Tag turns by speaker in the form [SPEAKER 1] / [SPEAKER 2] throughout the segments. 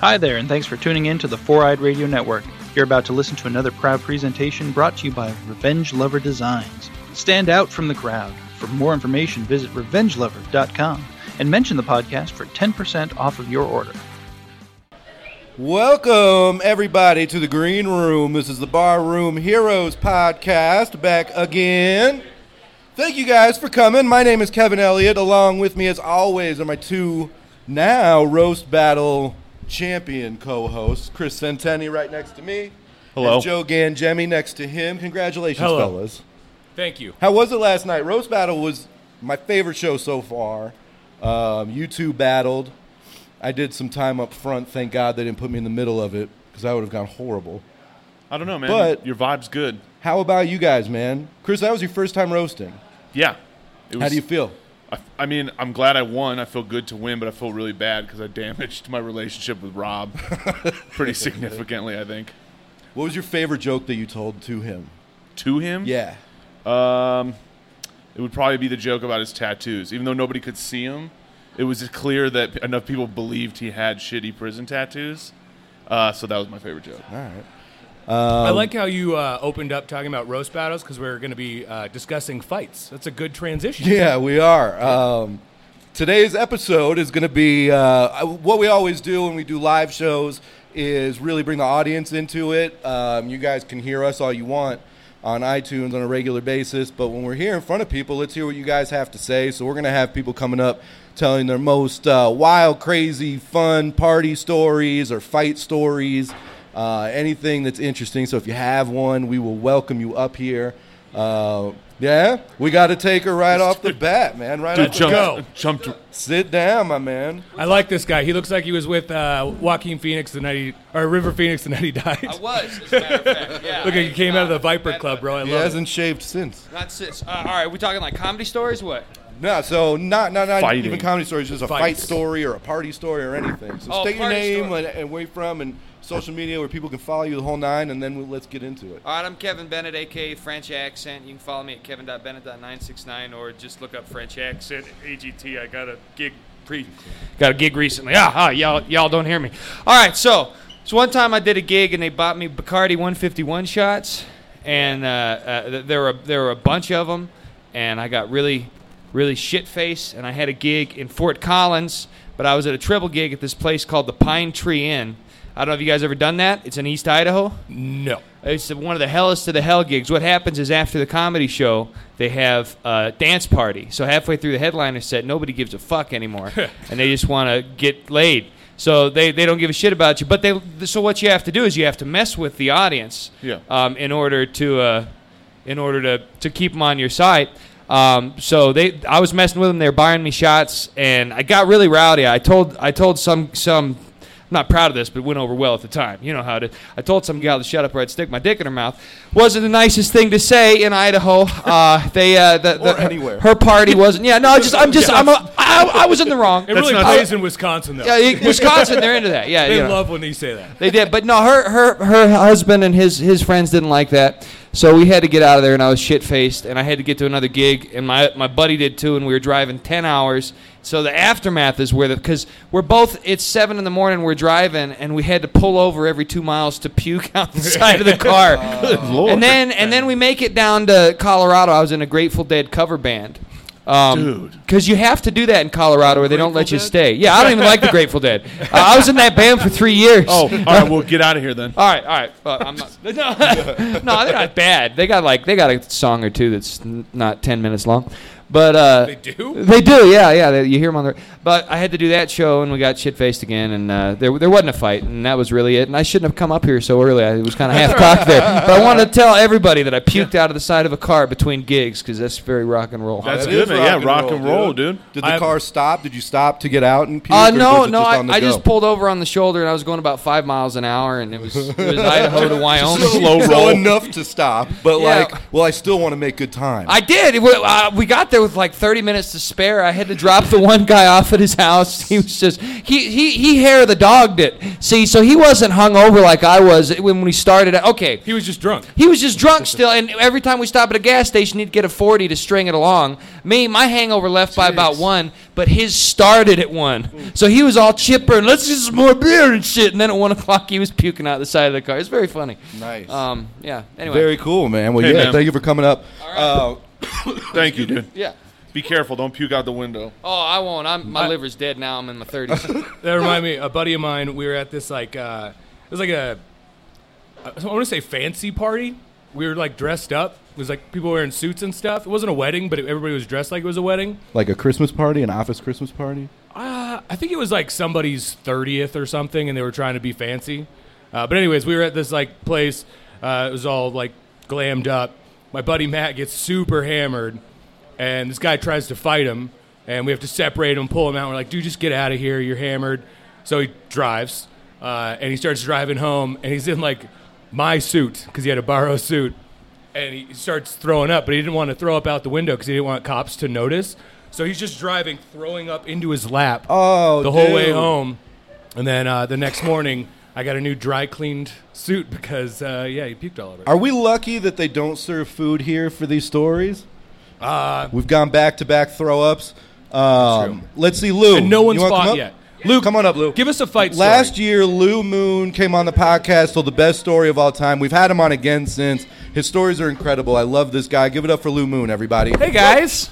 [SPEAKER 1] Hi there, and thanks for tuning in to the Four Eyed Radio Network. You're about to listen to another proud presentation brought to you by Revenge Lover Designs. Stand out from the crowd. For more information, visit revengelover.com and mention the podcast for 10% off of your order.
[SPEAKER 2] Welcome, everybody, to the Green Room. This is the Barroom Heroes podcast back again. Thank you guys for coming. My name is Kevin Elliott. Along with me, as always, are my two now roast battle champion co hosts, Chris Centeni, right next to me.
[SPEAKER 3] Hello.
[SPEAKER 2] And Joe Gangemi next to him. Congratulations,
[SPEAKER 3] Hello.
[SPEAKER 2] fellas.
[SPEAKER 3] Thank you.
[SPEAKER 2] How was it last night? Roast Battle was my favorite show so far. Um, you two battled. I did some time up front. Thank God they didn't put me in the middle of it because I would have gone horrible.
[SPEAKER 3] I don't know, man.
[SPEAKER 2] But-
[SPEAKER 3] your vibe's good.
[SPEAKER 2] How about you guys, man? Chris, that was your first time roasting.
[SPEAKER 3] Yeah. It was,
[SPEAKER 2] How do you feel?
[SPEAKER 3] I, I mean, I'm glad I won. I feel good to win, but I feel really bad because I damaged my relationship with Rob pretty significantly. I think
[SPEAKER 2] What was your favorite joke that you told to him?
[SPEAKER 3] to him.
[SPEAKER 2] Yeah.
[SPEAKER 3] Um, It would probably be the joke about his tattoos, even though nobody could see him. It was clear that enough people believed he had shitty prison tattoos. Uh, so that was my favorite joke.
[SPEAKER 2] All right. Um,
[SPEAKER 4] I like how you uh, opened up talking about roast battles because we're going to be uh, discussing fights. That's a good transition.
[SPEAKER 2] Yeah, we are. Um, today's episode is going to be uh, what we always do when we do live shows is really bring the audience into it. Um, you guys can hear us all you want on iTunes on a regular basis, but when we're here in front of people, let's hear what you guys have to say. So we're going to have people coming up telling their most uh, wild, crazy, fun party stories or fight stories. Uh, anything that's interesting. So if you have one, we will welcome you up here. Uh, yeah, we got to take her right off the bat, man. Right off the
[SPEAKER 3] jumped,
[SPEAKER 2] bat.
[SPEAKER 4] go.
[SPEAKER 3] jumped
[SPEAKER 2] Sit down, my man.
[SPEAKER 4] I like this guy. He looks like he was with uh, Joaquin Phoenix the night he, or River Phoenix the night he died.
[SPEAKER 5] I was, as a matter of fact. Yeah.
[SPEAKER 4] Look, he came out of the Viper
[SPEAKER 5] That-
[SPEAKER 4] Club, bro. I
[SPEAKER 2] He
[SPEAKER 4] love it.
[SPEAKER 2] hasn't shaved since.
[SPEAKER 5] Not since. Uh, all right, we talking like comedy stories? What?
[SPEAKER 2] No, so not not, not
[SPEAKER 3] Fighting.
[SPEAKER 2] even comedy stories, just a fight
[SPEAKER 4] Fights.
[SPEAKER 2] story or a party story or anything. So
[SPEAKER 5] Oh,
[SPEAKER 2] state your
[SPEAKER 5] party
[SPEAKER 2] name
[SPEAKER 5] story.
[SPEAKER 2] and, and where you're from and social media where people can follow you the whole nine, and then we, let's get into it.
[SPEAKER 5] All right, I'm Kevin Bennett, aka French Accent. You can follow me at kevin.bennett.969 or just look up French Accent AGT. I got a gig pre got a gig recently. Ah, ah y'all y'all don't hear me. All right, so so one time I did a gig and they bought me Bacardi 151 shots, and uh, uh, th- there were there were a bunch of them, and I got really really shit faced, and I had a gig in Fort Collins, but I was at a triple gig at this place called the Pine Tree Inn. I don't know if you guys ever done that. It's in East Idaho.
[SPEAKER 4] No.
[SPEAKER 5] It's one of the hellest to the hell gigs. What happens is after the comedy show, they have a dance party. So halfway through the headliner set, nobody gives a fuck anymore, and they just want to get laid. So they, they don't give a shit about you. But they so what you have to do is you have to mess with the audience,
[SPEAKER 3] Yeah.
[SPEAKER 5] um, in order to uh, in order to, to keep them on your side. Um, so they I was messing with them. They were buying me shots, and I got really rowdy. I told I told some some I'm not proud of this, but it went over well at the time. You know how to. I told some gal to shut up or I'd stick my dick in her mouth. Wasn't the nicest thing to say in Idaho. Uh, they, uh, the, the,
[SPEAKER 2] Or anywhere.
[SPEAKER 5] Her party wasn't. Yeah, no, just I'm just I'm a, I, I was in the wrong.
[SPEAKER 4] It really
[SPEAKER 3] not-
[SPEAKER 4] plays in Wisconsin, though.
[SPEAKER 5] Yeah, it- Wisconsin, they're into that. Yeah,
[SPEAKER 4] they
[SPEAKER 5] you know.
[SPEAKER 4] love when they say that.
[SPEAKER 5] They did, but no, her her her husband and his his friends didn't like that, so we had to get out of there, and I was shit faced, and I had to get to another gig, and my my buddy did too, and we were driving ten hours. So the aftermath is where the because we're both it's seven in the morning, we're driving, and we had to pull over every two miles to puke out the side of the car.
[SPEAKER 3] Oh, Lord.
[SPEAKER 5] And then and then we make it down to Colorado. I was in a Grateful Dead cover band. Um,
[SPEAKER 3] Dude.
[SPEAKER 5] because you have to do that in Colorado, or they don't let you stay. Yeah, I don't even like the Grateful Dead. Uh, I was in that band for three years.
[SPEAKER 3] Oh, all right. Well, get out of here then.
[SPEAKER 5] All right, all right. Well, I'm not, no, no, they're not bad. They got like they got a song or two that's n- not ten minutes long, but uh,
[SPEAKER 4] They do?
[SPEAKER 5] They do, yeah, yeah. They, you hear them on the. But I had to do that show, and we got shit faced again, and uh, there there wasn't a fight, and that was really it. And I shouldn't have come up here so early. I was kind of half cocked there, but I wanted to tell everybody that I puked out of the side of a car between gigs because that's very rock and roll.
[SPEAKER 3] That's
[SPEAKER 2] That
[SPEAKER 3] good,
[SPEAKER 2] is
[SPEAKER 3] man. yeah, rock and roll, dude.
[SPEAKER 2] Did the
[SPEAKER 4] I'm-
[SPEAKER 2] car stop? Did you stop to get out and puke?
[SPEAKER 5] Uh,
[SPEAKER 2] or
[SPEAKER 5] no,
[SPEAKER 2] was it
[SPEAKER 5] no,
[SPEAKER 2] just
[SPEAKER 5] I,
[SPEAKER 2] on the
[SPEAKER 5] I
[SPEAKER 2] go?
[SPEAKER 5] just pulled over on the shoulder and I was going about five miles an hour, and it was, it was Idaho to Wyoming.
[SPEAKER 3] slow
[SPEAKER 2] So
[SPEAKER 3] roll.
[SPEAKER 2] enough to stop, but
[SPEAKER 5] Yeah.
[SPEAKER 2] like, well, I still want to make good time.
[SPEAKER 5] I did. It wa- uh, we got there with like 30 minutes to spare. I had to drop the one guy off at his house. He was just he he he hair the dogged it. See, so he wasn't hung over like I was when we started. Okay,
[SPEAKER 4] He was just drunk.
[SPEAKER 5] he was just drunk still, and every time we stop at a gas station, he'd get a 40 to string it along. Me, my hangover left by about one, but his started at one. So he was all chipper and let's get some more beer and shit. And then at one o'clock, he was puking out the side of the car. It's very funny.
[SPEAKER 2] Nice.
[SPEAKER 5] Um, yeah. Anyway.
[SPEAKER 2] Very cool, man. Well,
[SPEAKER 3] Hey,
[SPEAKER 2] yeah,
[SPEAKER 3] man.
[SPEAKER 2] thank you for coming up. Uh,
[SPEAKER 3] Thank you, dude.
[SPEAKER 5] yeah.
[SPEAKER 3] Be careful. Don't puke out the window.
[SPEAKER 5] Oh, I won't. I'm, my liver's dead now. I'm in my 30s.
[SPEAKER 4] That reminded me, a buddy of mine, we were at this like, uh, it was like a, uh, I want to say fancy party. We were like dressed up. It was like people wearing suits and stuff. It wasn't a wedding, but everybody was dressed like it was a wedding.
[SPEAKER 2] like a Christmas party, an office Christmas party.
[SPEAKER 4] Uh, I think it was like somebody's 30th or something, and they were trying to be fancy. Uh, but anyways, we were at this like place. Uh, it was all like glammed up. My buddy Matt gets super hammered, and this guy tries to fight him, and we have to separate him, pull him out. We're like, dude, just get out of here. You're hammered. So he drives, uh, and he starts driving home, and he's in like my suit because he had a borrow suit and he starts throwing up, but he didn't want to throw up out the window because he didn't want cops to notice. So he's just driving, throwing up into his lap
[SPEAKER 2] Oh,
[SPEAKER 4] the whole way
[SPEAKER 2] dude.
[SPEAKER 4] home. And then uh, the next morning, I got a new dry cleaned suit because, uh, yeah, he puked all over. it.
[SPEAKER 2] Are we lucky that they don't serve food here for these stories? Uh, We've gone back to back throw ups. Um, let's see, Lou.
[SPEAKER 4] And no one's
[SPEAKER 2] you wanna come
[SPEAKER 4] fought
[SPEAKER 2] up?
[SPEAKER 4] yet.
[SPEAKER 2] Lou, come on up, Lou.
[SPEAKER 4] Give us a fight story.
[SPEAKER 2] Last year, Lou Moon came on the podcast, told the best story of all time. We've had him on again since. His stories are incredible. I love this guy. Give it up for Lou Moon, everybody.
[SPEAKER 6] Hey guys.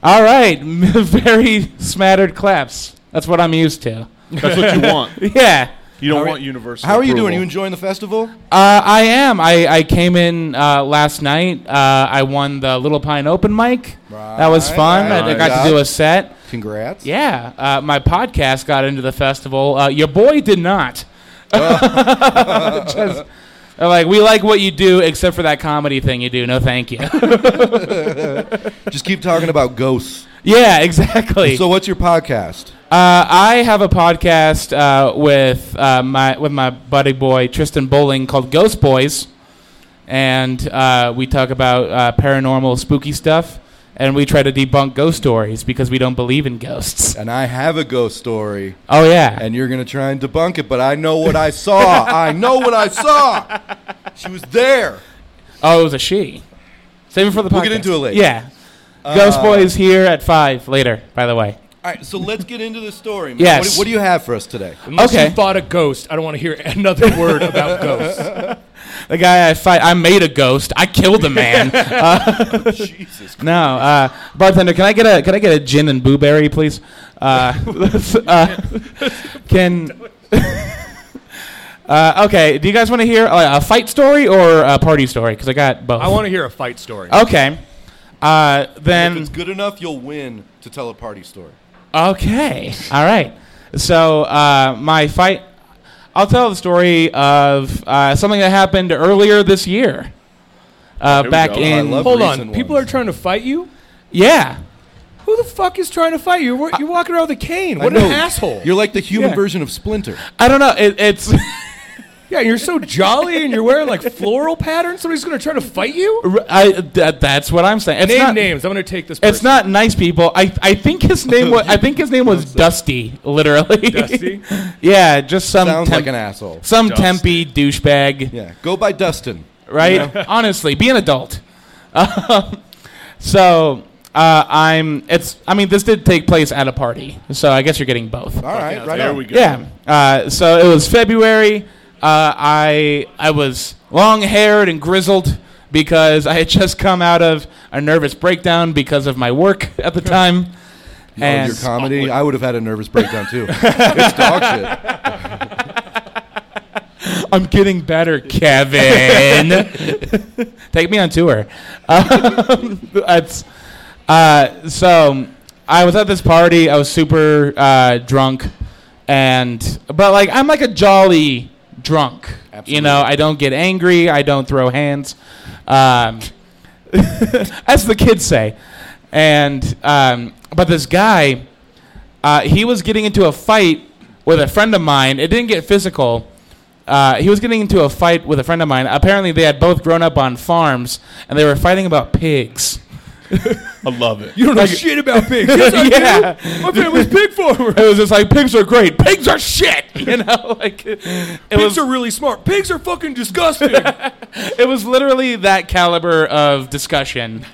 [SPEAKER 6] All right, very smattered claps. That's what I'm used to.
[SPEAKER 3] That's what you want.
[SPEAKER 6] Yeah.
[SPEAKER 3] You don't want universal.
[SPEAKER 2] How are you
[SPEAKER 3] approval.
[SPEAKER 2] doing? You enjoying the festival?
[SPEAKER 6] Uh, I am. I, I came in uh, last night. Uh, I won the Little Pine Open mic. that was
[SPEAKER 2] Right,
[SPEAKER 6] fun. I, I
[SPEAKER 2] right.
[SPEAKER 6] got to do a set.
[SPEAKER 2] Congrats.
[SPEAKER 6] Yeah, uh, my podcast got into the festival. Uh, your boy did not.
[SPEAKER 2] Oh.
[SPEAKER 6] Just, they're like we like what you do, except for that comedy thing you do. No, thank you.
[SPEAKER 2] Just keep talking about ghosts.
[SPEAKER 6] yeah, exactly.
[SPEAKER 2] So, what's your podcast?
[SPEAKER 6] Uh, I have a podcast uh, with uh, my with my buddy boy Tristan Bowling called Ghost Boys, and uh, we talk about uh, paranormal, spooky stuff, and we try to debunk ghost stories because we don't believe in ghosts.
[SPEAKER 2] And I have a ghost story,
[SPEAKER 6] Oh yeah,
[SPEAKER 2] and you're going to try and debunk it, but I know what I saw. I know what I saw. She was there.
[SPEAKER 6] oh it was a she. Save it for the podcast.
[SPEAKER 2] We'll get into it later. Uh,
[SPEAKER 6] Yeah, Ghost Boys here at five later. By the way,
[SPEAKER 2] All right, so let's get into the story. Man.
[SPEAKER 6] Yes.
[SPEAKER 2] What do, what do you have for us today?
[SPEAKER 4] Unless
[SPEAKER 6] okay.
[SPEAKER 4] you fought a ghost, I don't want to hear another word about ghosts.
[SPEAKER 6] the guy I fight, I made a ghost. I killed a man.
[SPEAKER 2] Jesus.
[SPEAKER 6] No, uh, bartender, can I get a can I get a gin and blueberry, please? Uh, let's, uh, can uh, okay? Do you guys want to hear uh, a fight story or a party story? Because I got both.
[SPEAKER 4] I want to hear a fight story.
[SPEAKER 6] Okay, uh,
[SPEAKER 2] If
[SPEAKER 6] then
[SPEAKER 2] it's good enough, you'll win to tell a party story.
[SPEAKER 6] okay, all right. So uh, my fight, I'll tell the story of uh, something that happened earlier this year. Uh,
[SPEAKER 3] we
[SPEAKER 6] back
[SPEAKER 3] go. I
[SPEAKER 6] in
[SPEAKER 2] love-
[SPEAKER 4] Hold
[SPEAKER 2] Recent
[SPEAKER 4] on. People
[SPEAKER 2] ones.
[SPEAKER 4] are trying to fight you?
[SPEAKER 6] yeah,
[SPEAKER 4] Who the fuck is trying to fight you? You're, you're walking around with a cane. What
[SPEAKER 2] I
[SPEAKER 4] an
[SPEAKER 2] know.
[SPEAKER 4] asshole.
[SPEAKER 2] You're like the human
[SPEAKER 6] Yeah.
[SPEAKER 2] version of Splinter.
[SPEAKER 6] I don't know. It, it's.
[SPEAKER 4] yeah, you're so jolly and you're wearing like floral patterns. Somebody's going to try to fight you?
[SPEAKER 6] R- I, that, that's what I'm saying. It's
[SPEAKER 4] Name
[SPEAKER 6] not,
[SPEAKER 4] names. I'm gonna take this.
[SPEAKER 6] It's not nice people. I, I think his name was I think his name was Dusty, literally.
[SPEAKER 4] Dusty?
[SPEAKER 6] yeah, just some
[SPEAKER 2] Sounds
[SPEAKER 6] temp-
[SPEAKER 2] like an asshole.
[SPEAKER 6] some Tempe douchebag,
[SPEAKER 2] Yeah. Go by Dustin.
[SPEAKER 6] right? Honestly, be an adult. Um, so uh, I'm. It's. I mean, this did take place at a party, so I guess you're getting both.
[SPEAKER 2] All right. right
[SPEAKER 3] There
[SPEAKER 2] on.
[SPEAKER 3] we go.
[SPEAKER 6] Yeah. Uh, so it was February. Uh, I I was long haired and grizzled because I had just come out of a nervous breakdown because of my work at the time.
[SPEAKER 2] Oh,
[SPEAKER 6] and
[SPEAKER 2] your comedy. I would have had a nervous breakdown too. it's dog shit.
[SPEAKER 6] I'm getting better, Kevin. Take me on tour. Um, that's, uh, so I was at this party. I was super uh, drunk, and but like I'm like a jolly drunk. You know, I don't get angry. I don't throw hands, um, as the kids say. And um, but this guy, uh, he was getting into a fight with a friend of mine. It didn't get physical uh, he was getting into a fight with a friend of mine. Apparently, they had both grown up on farms, and they were fighting about pigs.
[SPEAKER 3] I love it.
[SPEAKER 4] You don't know
[SPEAKER 6] Like-
[SPEAKER 4] shit about pigs. Yes, I
[SPEAKER 6] Yeah.
[SPEAKER 4] do. My family's pig farmer.
[SPEAKER 6] It was just like pigs are great. Pigs are shit. You know, like it, it
[SPEAKER 4] Pigs
[SPEAKER 6] was.
[SPEAKER 4] are really smart. Pigs are fucking disgusting.
[SPEAKER 6] it was literally that caliber of discussion.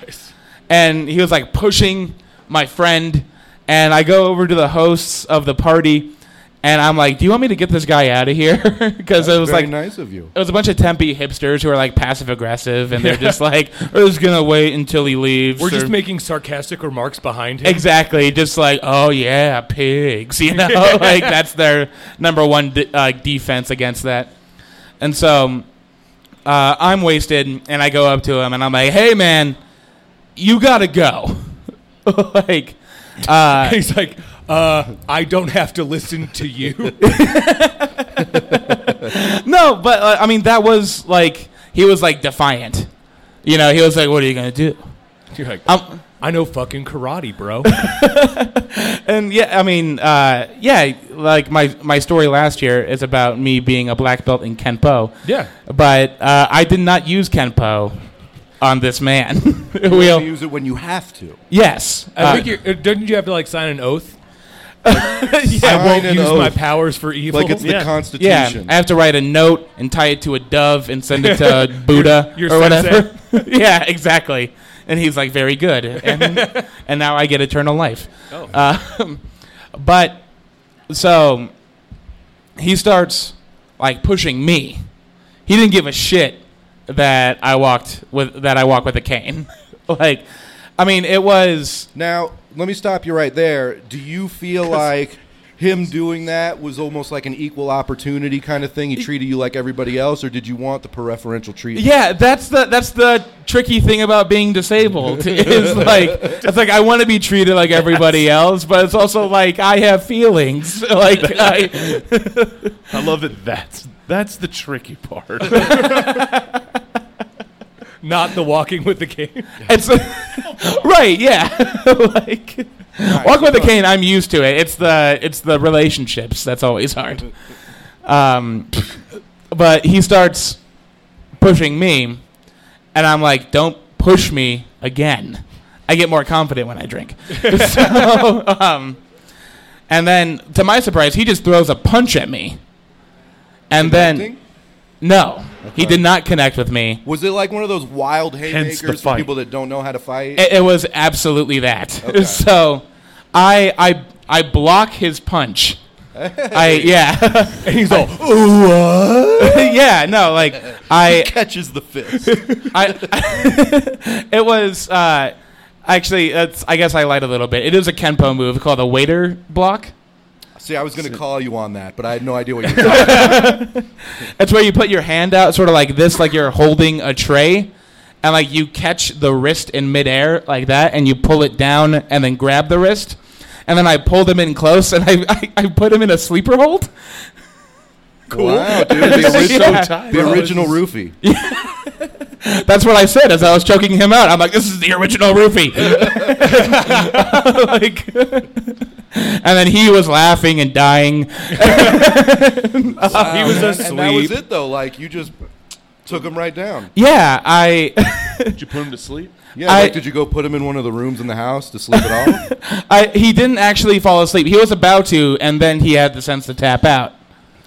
[SPEAKER 6] And he was like pushing my friend. And I go over to the hosts of the party, and I'm like, "Do you want me to get this guy out of here?" Because it was
[SPEAKER 2] Very
[SPEAKER 6] like
[SPEAKER 2] nice of you.
[SPEAKER 6] it was a bunch of Tempe hipsters who are like passive aggressive, and they're just like, "We're just gonna wait until he leaves."
[SPEAKER 4] We're just
[SPEAKER 6] or-
[SPEAKER 4] making sarcastic remarks behind him.
[SPEAKER 6] Exactly. Just like, oh yeah, pigs. You know, like that's their number one de- uh, defense against that. And so, uh, I'm wasted, and I go up to him, and I'm like, hey man, you gotta go. like, uh,
[SPEAKER 4] He's like, uh, I don't have to listen to you.
[SPEAKER 6] no, but uh, I mean that was like he was like defiant. You know, he was like, what are you gonna do?
[SPEAKER 4] You're like,
[SPEAKER 6] Um,
[SPEAKER 4] I know fucking karate, bro.
[SPEAKER 6] and yeah, I mean, uh, yeah, like my my story last year is about me being a black belt in kenpo.
[SPEAKER 4] yeah.
[SPEAKER 6] but uh, I did not use Kenpo on this man.
[SPEAKER 2] You
[SPEAKER 6] We'll-
[SPEAKER 2] only use it when you have to.
[SPEAKER 6] yes.
[SPEAKER 4] I
[SPEAKER 6] Uh,
[SPEAKER 4] think you're, uh, didn't you have to like sign an oath? I
[SPEAKER 2] Sign
[SPEAKER 4] won't
[SPEAKER 2] an
[SPEAKER 4] use my
[SPEAKER 2] oath.
[SPEAKER 4] powers for evil.
[SPEAKER 2] Like it's
[SPEAKER 3] Yeah.
[SPEAKER 2] the
[SPEAKER 6] yeah,
[SPEAKER 2] Constitution.
[SPEAKER 6] I have to write a note and tie it to a dove and send it to Buddha
[SPEAKER 4] Your- your
[SPEAKER 6] or whatever. yeah, exactly. And he's like, very good. And, and now I get eternal life.
[SPEAKER 5] Oh.
[SPEAKER 6] Uh, but so he starts like pushing me. He didn't give a shit that I walked with that I walk with a cane. like, I mean, it was
[SPEAKER 2] Now, let me stop you right there. Do you feel like him doing that was almost like an equal opportunity kind of thing? He treated you like everybody else, or did you want the preferential treatment?
[SPEAKER 6] Yeah, that's the that's the tricky thing about being disabled is like it's like I want to be treated like everybody else, but it's also like I have feelings. Like I,
[SPEAKER 3] I love it. That's that's the tricky part.
[SPEAKER 4] not the walking with the cane.
[SPEAKER 6] it's right, yeah. like walk with a cane, I'm used to it. It's the it's the relationships that's always hard. Um, but he starts pushing me, and I'm like, "Don't push me again." I get more confident when I drink. so, um, and then, to my surprise, he just throws a punch at me, and then
[SPEAKER 2] Connecting?
[SPEAKER 6] no, he did not connect with me.
[SPEAKER 2] Was it like one of those wild
[SPEAKER 3] Hence the
[SPEAKER 2] haymakers for
[SPEAKER 3] fight.
[SPEAKER 2] people that don't know how to fight?
[SPEAKER 6] It, it was absolutely that.
[SPEAKER 2] Okay.
[SPEAKER 6] So, I I I block his punch. I yeah
[SPEAKER 4] And he's all,
[SPEAKER 6] yeah no like I
[SPEAKER 2] Catches the fist.
[SPEAKER 6] I, it was uh, actually. That's, I guess I lied a little bit. It is a kenpo move called the waiter block.
[SPEAKER 2] See, I was going to call you on that, but I had no idea what you were talking
[SPEAKER 6] That's where you put your hand out, sort of like this, like you're holding a tray, and like you catch the wrist in midair like that, and you pull it down, and then grab the wrist, and then I pulled him in close, and I I, I put him in a sleeper hold.
[SPEAKER 2] cool. Wow, dude. The, original,
[SPEAKER 6] Yeah.
[SPEAKER 2] the original roofie.
[SPEAKER 6] That's what I said as I was choking him out. I'm like, this is the original roofie. like, and then he was laughing and dying.
[SPEAKER 2] Wow,
[SPEAKER 4] was
[SPEAKER 2] man. Um, And that was
[SPEAKER 4] asleep.
[SPEAKER 2] it, though. Like, you just took him right down.
[SPEAKER 6] Yeah, I,
[SPEAKER 3] Did you put him to sleep?
[SPEAKER 2] Yeah,
[SPEAKER 6] I-
[SPEAKER 2] like, did you go put him in one of the rooms in the house to sleep it off?
[SPEAKER 6] I, he didn't actually fall asleep. He was about to, and then he had the sense to tap out.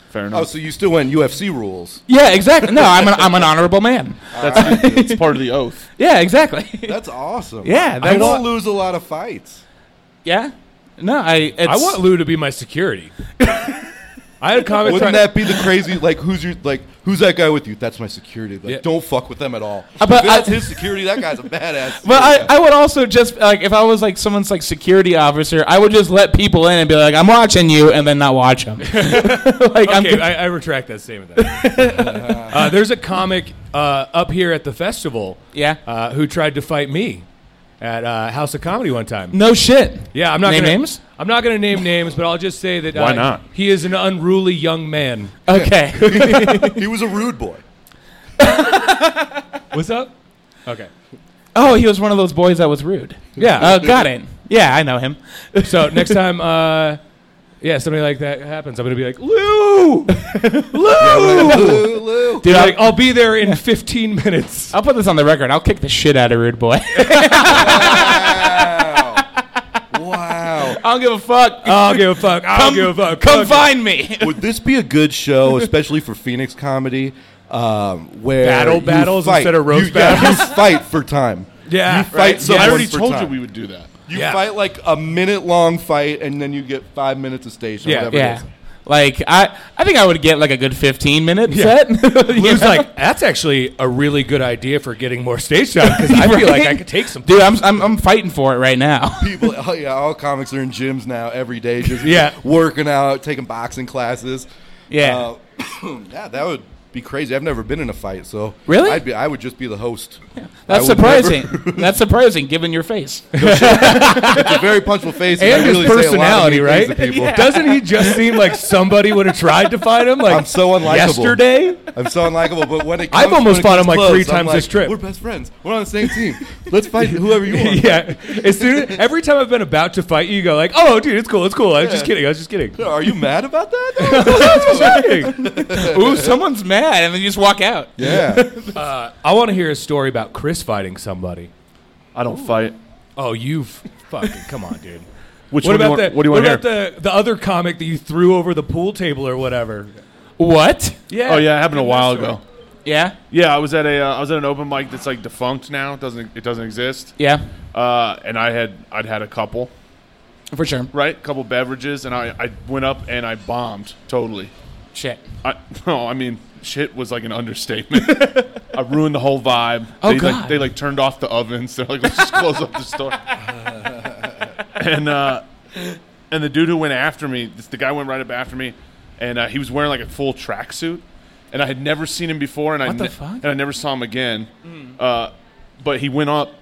[SPEAKER 3] Fair
[SPEAKER 2] oh,
[SPEAKER 3] enough.
[SPEAKER 2] so you still went UFC rules.
[SPEAKER 6] Yeah, exactly. No, I'm an, I'm an honorable man.
[SPEAKER 3] that's, that's part of the oath.
[SPEAKER 6] Yeah, exactly.
[SPEAKER 2] That's awesome.
[SPEAKER 6] Yeah,
[SPEAKER 2] I
[SPEAKER 6] that's-
[SPEAKER 2] don't lose a lot of fights.
[SPEAKER 6] Yeah. No, I. It's,
[SPEAKER 4] I want Lou to be my security. I had a comment.
[SPEAKER 2] Wouldn't
[SPEAKER 4] trying-
[SPEAKER 2] that be the crazy? Like, who's your like? Who's that guy with you? That's my security. Like,
[SPEAKER 4] Yeah.
[SPEAKER 2] don't fuck with them at all.
[SPEAKER 6] Uh, but
[SPEAKER 2] If that's
[SPEAKER 6] I-
[SPEAKER 2] his security. That guy's a badass.
[SPEAKER 6] But I, I would also just like if I was like someone's like security officer, I would just let people in and be like, "I'm watching you," and then not watch them. like I'm
[SPEAKER 4] okay, I, I retract that statement. Then. uh, there's a comic uh, up here at the festival
[SPEAKER 6] yeah.
[SPEAKER 4] uh, who tried to fight me at uh, House of Comedy one time.
[SPEAKER 6] no shit.
[SPEAKER 4] Yeah, I'm not
[SPEAKER 6] Name
[SPEAKER 4] gonna,
[SPEAKER 6] names?
[SPEAKER 4] I'm not going to name names, but I'll just say that. uh,
[SPEAKER 3] Why not?
[SPEAKER 4] He is an unruly young man.
[SPEAKER 6] Okay.
[SPEAKER 2] he was a rude boy.
[SPEAKER 4] What's up? Okay.
[SPEAKER 6] oh, he was one of those boys that was rude. uh,
[SPEAKER 4] Yeah.
[SPEAKER 6] Oh, got it. Yeah, I know him.
[SPEAKER 4] so next time, uh, yeah, something like that happens, I'm gonna be like, Lou, Lou,
[SPEAKER 2] Lou, Lou.
[SPEAKER 6] Dude,
[SPEAKER 4] like
[SPEAKER 6] I'll,
[SPEAKER 4] I'll be there in 15 minutes.
[SPEAKER 6] I'll put this on the record. I'll kick the shit out of Rude Boy.
[SPEAKER 2] Wow. wow.
[SPEAKER 6] I don't give a fuck.
[SPEAKER 4] I don't give a fuck. I
[SPEAKER 6] come,
[SPEAKER 4] don't give a fuck.
[SPEAKER 6] Come
[SPEAKER 4] Fuck
[SPEAKER 6] find me.
[SPEAKER 2] Would this be a good show, especially for Phoenix comedy, um, where
[SPEAKER 4] Battle
[SPEAKER 2] you
[SPEAKER 4] battles
[SPEAKER 2] fight.
[SPEAKER 4] instead of roast
[SPEAKER 2] you, yeah, you fight for time.
[SPEAKER 4] it. Yeah,
[SPEAKER 2] You fight
[SPEAKER 3] So I
[SPEAKER 2] someone
[SPEAKER 3] already
[SPEAKER 2] for
[SPEAKER 3] told
[SPEAKER 2] time.
[SPEAKER 3] you we would do that.
[SPEAKER 2] You
[SPEAKER 4] Yeah.
[SPEAKER 2] fight like a minute long fight, and then you get five minutes of stage. Or
[SPEAKER 4] Yeah,
[SPEAKER 2] whatever It
[SPEAKER 6] Yeah.
[SPEAKER 2] is.
[SPEAKER 6] Like I, I think I would get like a good 15 minute
[SPEAKER 4] Yeah.
[SPEAKER 6] set. You
[SPEAKER 4] Lou's
[SPEAKER 6] know?
[SPEAKER 4] like, that's actually a really good idea for getting more stage time because I feel like I could take some.
[SPEAKER 6] Dude, I'm, I'm I'm fighting for it right now.
[SPEAKER 2] People, oh, yeah, all comics are in gyms now every day, just
[SPEAKER 4] Yeah.
[SPEAKER 2] working out, taking boxing classes.
[SPEAKER 6] Yeah.
[SPEAKER 2] Uh, yeah, that would be crazy. I've never been in a fight, so
[SPEAKER 6] Really?
[SPEAKER 2] I'd be, I would just be the host. I
[SPEAKER 6] That's
[SPEAKER 2] would
[SPEAKER 6] surprising. That's surprising given your face.
[SPEAKER 2] It's a very punchable face,
[SPEAKER 4] And
[SPEAKER 2] I
[SPEAKER 4] his
[SPEAKER 2] really say a lot of
[SPEAKER 4] personality,
[SPEAKER 2] mean
[SPEAKER 4] right?
[SPEAKER 2] things to people.
[SPEAKER 4] Doesn't he just seem like somebody would have tried to fight him? Like
[SPEAKER 2] I'm so unlikable.
[SPEAKER 4] yesterday.
[SPEAKER 2] I'm so unlikable, but when it comes,
[SPEAKER 4] I've almost
[SPEAKER 2] when
[SPEAKER 4] fought
[SPEAKER 2] it comes
[SPEAKER 4] him, like,
[SPEAKER 2] close,
[SPEAKER 4] three
[SPEAKER 2] I'm
[SPEAKER 4] times
[SPEAKER 2] like,
[SPEAKER 4] this trip.
[SPEAKER 2] We're best friends. We're on the same team. Let's fight whoever you want.
[SPEAKER 4] yeah. As soon every time I've been about to fight you, you go like, "Oh, dude, it's cool, it's cool." I was just
[SPEAKER 2] Yeah.
[SPEAKER 4] kidding. I was just kidding.
[SPEAKER 2] Are you mad about that?
[SPEAKER 6] Ooh, someone's mad, and then you just walk out. Uh,
[SPEAKER 2] yeah.
[SPEAKER 4] I want to hear a story about Chris fighting somebody.
[SPEAKER 3] I don't fight.
[SPEAKER 4] Oh, you've fucking come on, dude.
[SPEAKER 3] Which
[SPEAKER 4] What
[SPEAKER 3] one do you
[SPEAKER 4] about
[SPEAKER 3] want,
[SPEAKER 4] the
[SPEAKER 3] what do you
[SPEAKER 4] what
[SPEAKER 3] want to
[SPEAKER 4] about
[SPEAKER 3] hear?
[SPEAKER 4] the the other comic that you threw over the pool table or whatever?
[SPEAKER 6] What?
[SPEAKER 4] Yeah.
[SPEAKER 3] oh yeah, it happened a while ago.
[SPEAKER 6] Yeah,
[SPEAKER 3] Yeah, I was at a uh, I was at an open mic that's like defunct now. It doesn't it doesn't exist.
[SPEAKER 6] yeah,
[SPEAKER 3] Uh, and I had I'd had a couple
[SPEAKER 6] for sure.
[SPEAKER 3] right, couple beverages, and I I went up and I bombed totally.
[SPEAKER 6] Shit.
[SPEAKER 3] I, no, I mean shit was like an understatement. I ruined the whole vibe.
[SPEAKER 6] Oh,
[SPEAKER 3] they,
[SPEAKER 6] God.
[SPEAKER 3] Like, they like turned off the ovens. They're like, let's just close up the store. and uh, and the dude who went after me, this, the guy went right up after me, and uh, he was wearing like a full tracksuit, and I had never seen him before, and I
[SPEAKER 6] What the
[SPEAKER 3] ne-
[SPEAKER 6] fuck?
[SPEAKER 3] and I never saw him again. Uh, but he went up,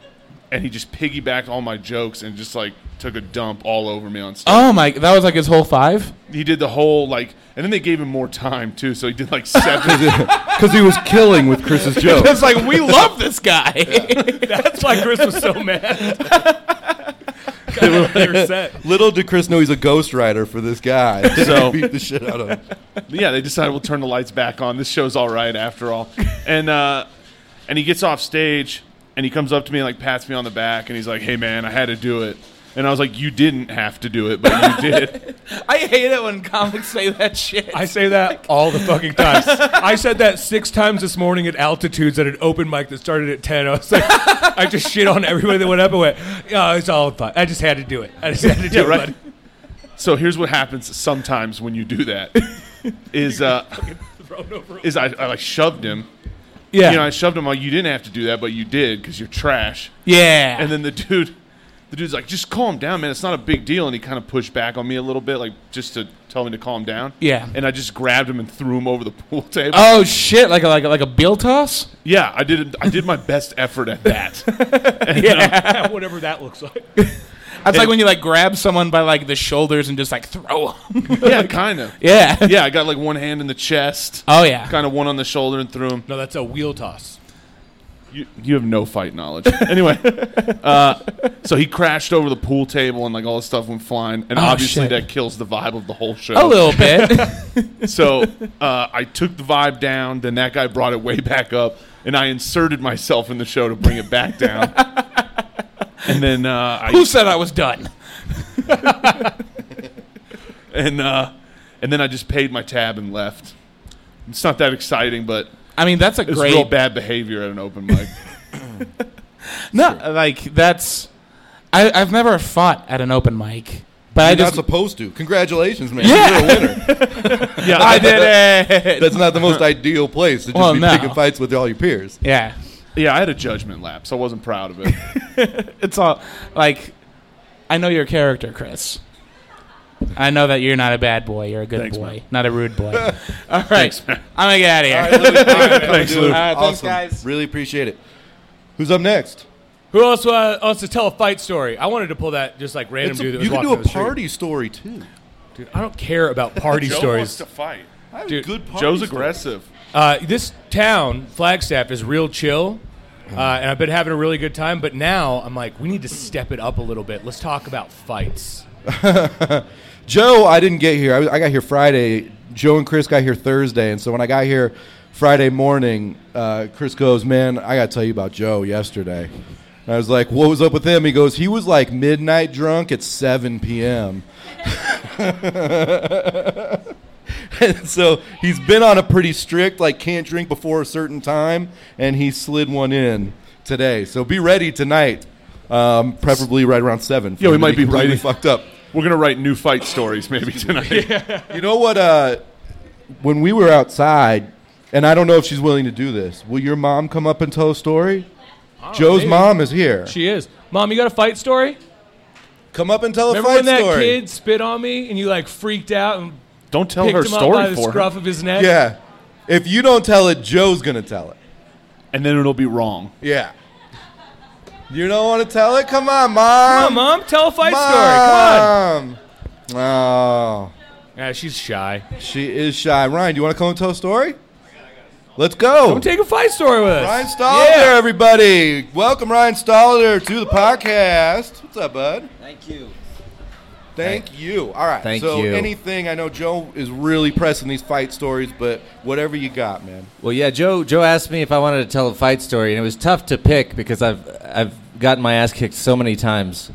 [SPEAKER 3] and he just piggybacked all my jokes and just like took a dump all over me on stage
[SPEAKER 6] Oh my! That was like his whole five.
[SPEAKER 3] he did the whole like, and then they gave him more time too. So he did like seven.
[SPEAKER 2] Because he was killing with Chris's joke.
[SPEAKER 6] It's like we love this guy.
[SPEAKER 4] That's why Chris was so mad. God, they're set.
[SPEAKER 2] Little did Chris know he's a ghostwriter for this guy.
[SPEAKER 3] So-
[SPEAKER 2] He beat the shit out of him.
[SPEAKER 3] yeah, they decided we'll turn the lights back on. This show's all right after all. And uh, and he gets off stage and he comes up to me and like pats me on the back and he's like, "Hey man, I had to do it." And I was like, "You didn't have to do it, but you did."
[SPEAKER 6] I hate it when comics say that shit.
[SPEAKER 4] I say that all the fucking times. I said that six times this morning at altitudes at an open mic that started at ten. I was like, I just shit on everybody that went up and went. Yeah, it's all fun. I just had to do it. I just had to do
[SPEAKER 3] Yeah,
[SPEAKER 4] it.
[SPEAKER 3] right.
[SPEAKER 4] buddy."
[SPEAKER 3] so here's what happens sometimes when you do that is uh, is I, I like shoved him.
[SPEAKER 6] yeah,
[SPEAKER 3] You know, I shoved him. Like you didn't have to do that, but you did because you're trash.
[SPEAKER 6] yeah.
[SPEAKER 3] And then the dude, the dude's like, just calm down, man. It's not a big deal. And he kind of pushed back on me a little bit, like just to tell me to calm down.
[SPEAKER 6] Yeah.
[SPEAKER 3] And I just grabbed him and threw him over the pool table.
[SPEAKER 6] oh shit! Like a, like a, like a bill toss.
[SPEAKER 3] yeah, I did. I did my best effort at that.
[SPEAKER 4] Yeah, whatever that looks like.
[SPEAKER 6] That's like when you like grab someone by like the shoulders and just like throw them.
[SPEAKER 3] yeah, kind of.
[SPEAKER 6] yeah.
[SPEAKER 3] Yeah, I got like one hand in the chest,
[SPEAKER 6] Oh yeah.
[SPEAKER 3] kind of one on the shoulder, and threw him.
[SPEAKER 4] No, that's a wheel toss.
[SPEAKER 3] You, you have no fight knowledge. anyway, uh, so he crashed over the pool table and like all this stuff went flying, and
[SPEAKER 6] Oh,
[SPEAKER 3] obviously
[SPEAKER 6] shit.
[SPEAKER 3] that kills the vibe of the whole show.
[SPEAKER 6] A little bit.
[SPEAKER 3] So uh, I took the vibe down. Then that guy brought it way back up, and I inserted myself in the show to bring it back down. and then uh,
[SPEAKER 6] Who
[SPEAKER 3] I
[SPEAKER 6] said I was done?
[SPEAKER 3] and uh, and then I just paid my tab and left. It's not that exciting, but
[SPEAKER 6] I mean, that's a
[SPEAKER 3] it's
[SPEAKER 6] great.
[SPEAKER 3] real bad behavior at an open mic.
[SPEAKER 6] No, like that's. I, I've never fought at an open mic, but I
[SPEAKER 2] You're not
[SPEAKER 6] just
[SPEAKER 2] supposed to. Congratulations, man.
[SPEAKER 6] Yeah.
[SPEAKER 2] You're a winner.
[SPEAKER 3] yeah,
[SPEAKER 6] I did it.
[SPEAKER 2] That's not the most ideal place to just
[SPEAKER 6] Well,
[SPEAKER 2] be
[SPEAKER 6] no.
[SPEAKER 2] picking fights with all your peers.
[SPEAKER 6] yeah,
[SPEAKER 3] yeah, I had a judgment lapse. I wasn't proud of it.
[SPEAKER 6] it's all like. I know your character, Chris. I know that you're not a bad boy. You're a good
[SPEAKER 3] Thanks,
[SPEAKER 6] boy,
[SPEAKER 3] man.
[SPEAKER 6] not a rude boy. all right, I'm gonna get out of here.
[SPEAKER 2] All right, Louis,
[SPEAKER 3] Thanks, Lou.
[SPEAKER 6] right, thanks,
[SPEAKER 2] awesome.
[SPEAKER 6] guys.
[SPEAKER 2] Really appreciate it. Who's up next?
[SPEAKER 4] Who else uh, wants to tell a fight story? I wanted to pull that just like random
[SPEAKER 2] It's a-
[SPEAKER 4] dude. That was
[SPEAKER 2] you can
[SPEAKER 4] walking
[SPEAKER 2] do a
[SPEAKER 4] down the street.
[SPEAKER 2] party story too.
[SPEAKER 4] Dude, I don't care about party
[SPEAKER 3] Joe
[SPEAKER 4] stories.
[SPEAKER 3] wants to fight.
[SPEAKER 2] I have
[SPEAKER 4] Dude,
[SPEAKER 2] good party
[SPEAKER 3] Joe's
[SPEAKER 2] story.
[SPEAKER 3] aggressive.
[SPEAKER 4] Uh, this town, Flagstaff, is real chill. Uh, and I've been having a really good time, but now I'm like, we need to step it up a little bit. Let's talk about fights.
[SPEAKER 2] Joe, I didn't get here. I, was- I got here Friday. Joe and Chris got here Thursday, and so when I got here Friday morning, uh, Chris goes, "Man, I got to tell you about Joe yesterday." And I was like, "What was up with him?" He goes, "He was like midnight drunk at 7 p.m." And so he's been on a pretty strict, like can't drink before a certain time, and he slid one in today. So be ready tonight, um, preferably right around seven. for
[SPEAKER 3] Yeah, we
[SPEAKER 2] him to
[SPEAKER 3] might be
[SPEAKER 2] completely
[SPEAKER 3] ready.
[SPEAKER 2] fucked up.
[SPEAKER 3] We're gonna write new fight stories maybe tonight.
[SPEAKER 2] You know what? Uh, when we were outside, and I don't know if she's willing to do this. Will your mom come up and tell a story?
[SPEAKER 3] Oh,
[SPEAKER 2] Joe's
[SPEAKER 4] maybe.
[SPEAKER 2] mom is here.
[SPEAKER 4] She is. Mom, you got a fight story?
[SPEAKER 2] come up and tell a
[SPEAKER 4] Remember
[SPEAKER 2] fight
[SPEAKER 4] when that
[SPEAKER 2] story.
[SPEAKER 4] kid spit on me and you like freaked out and
[SPEAKER 3] Don't tell
[SPEAKER 4] picked
[SPEAKER 3] her
[SPEAKER 4] him up by
[SPEAKER 3] story
[SPEAKER 4] the
[SPEAKER 3] for her,
[SPEAKER 4] scruff of his neck?
[SPEAKER 2] Yeah. If you don't tell it, Joe's gonna tell it.
[SPEAKER 3] and then it'll be wrong.
[SPEAKER 2] Yeah. You don't want to tell it? Come on,
[SPEAKER 4] Come
[SPEAKER 2] mom.
[SPEAKER 4] on, mom, tell a fight story.
[SPEAKER 2] Mom! Oh,
[SPEAKER 4] Come on. Yeah, she's shy.
[SPEAKER 2] she is shy. Ryan, do you want to come and tell a story? Let's go.
[SPEAKER 4] Come take a fight story with us.
[SPEAKER 2] Ryan Stollinger,
[SPEAKER 4] Yeah.
[SPEAKER 2] everybody. Welcome, Ryan Stollinger, to the podcast. What's up, bud?
[SPEAKER 7] Thank you.
[SPEAKER 2] Thank you. All right.
[SPEAKER 7] Thank
[SPEAKER 2] so
[SPEAKER 7] you.
[SPEAKER 2] anything, I know Joe is really pressing these fight stories, but whatever you got, man.
[SPEAKER 7] Well, yeah, Joe. Joe asked me if I wanted to tell a fight story, and it was tough to pick because I've I've gotten my ass kicked so many times.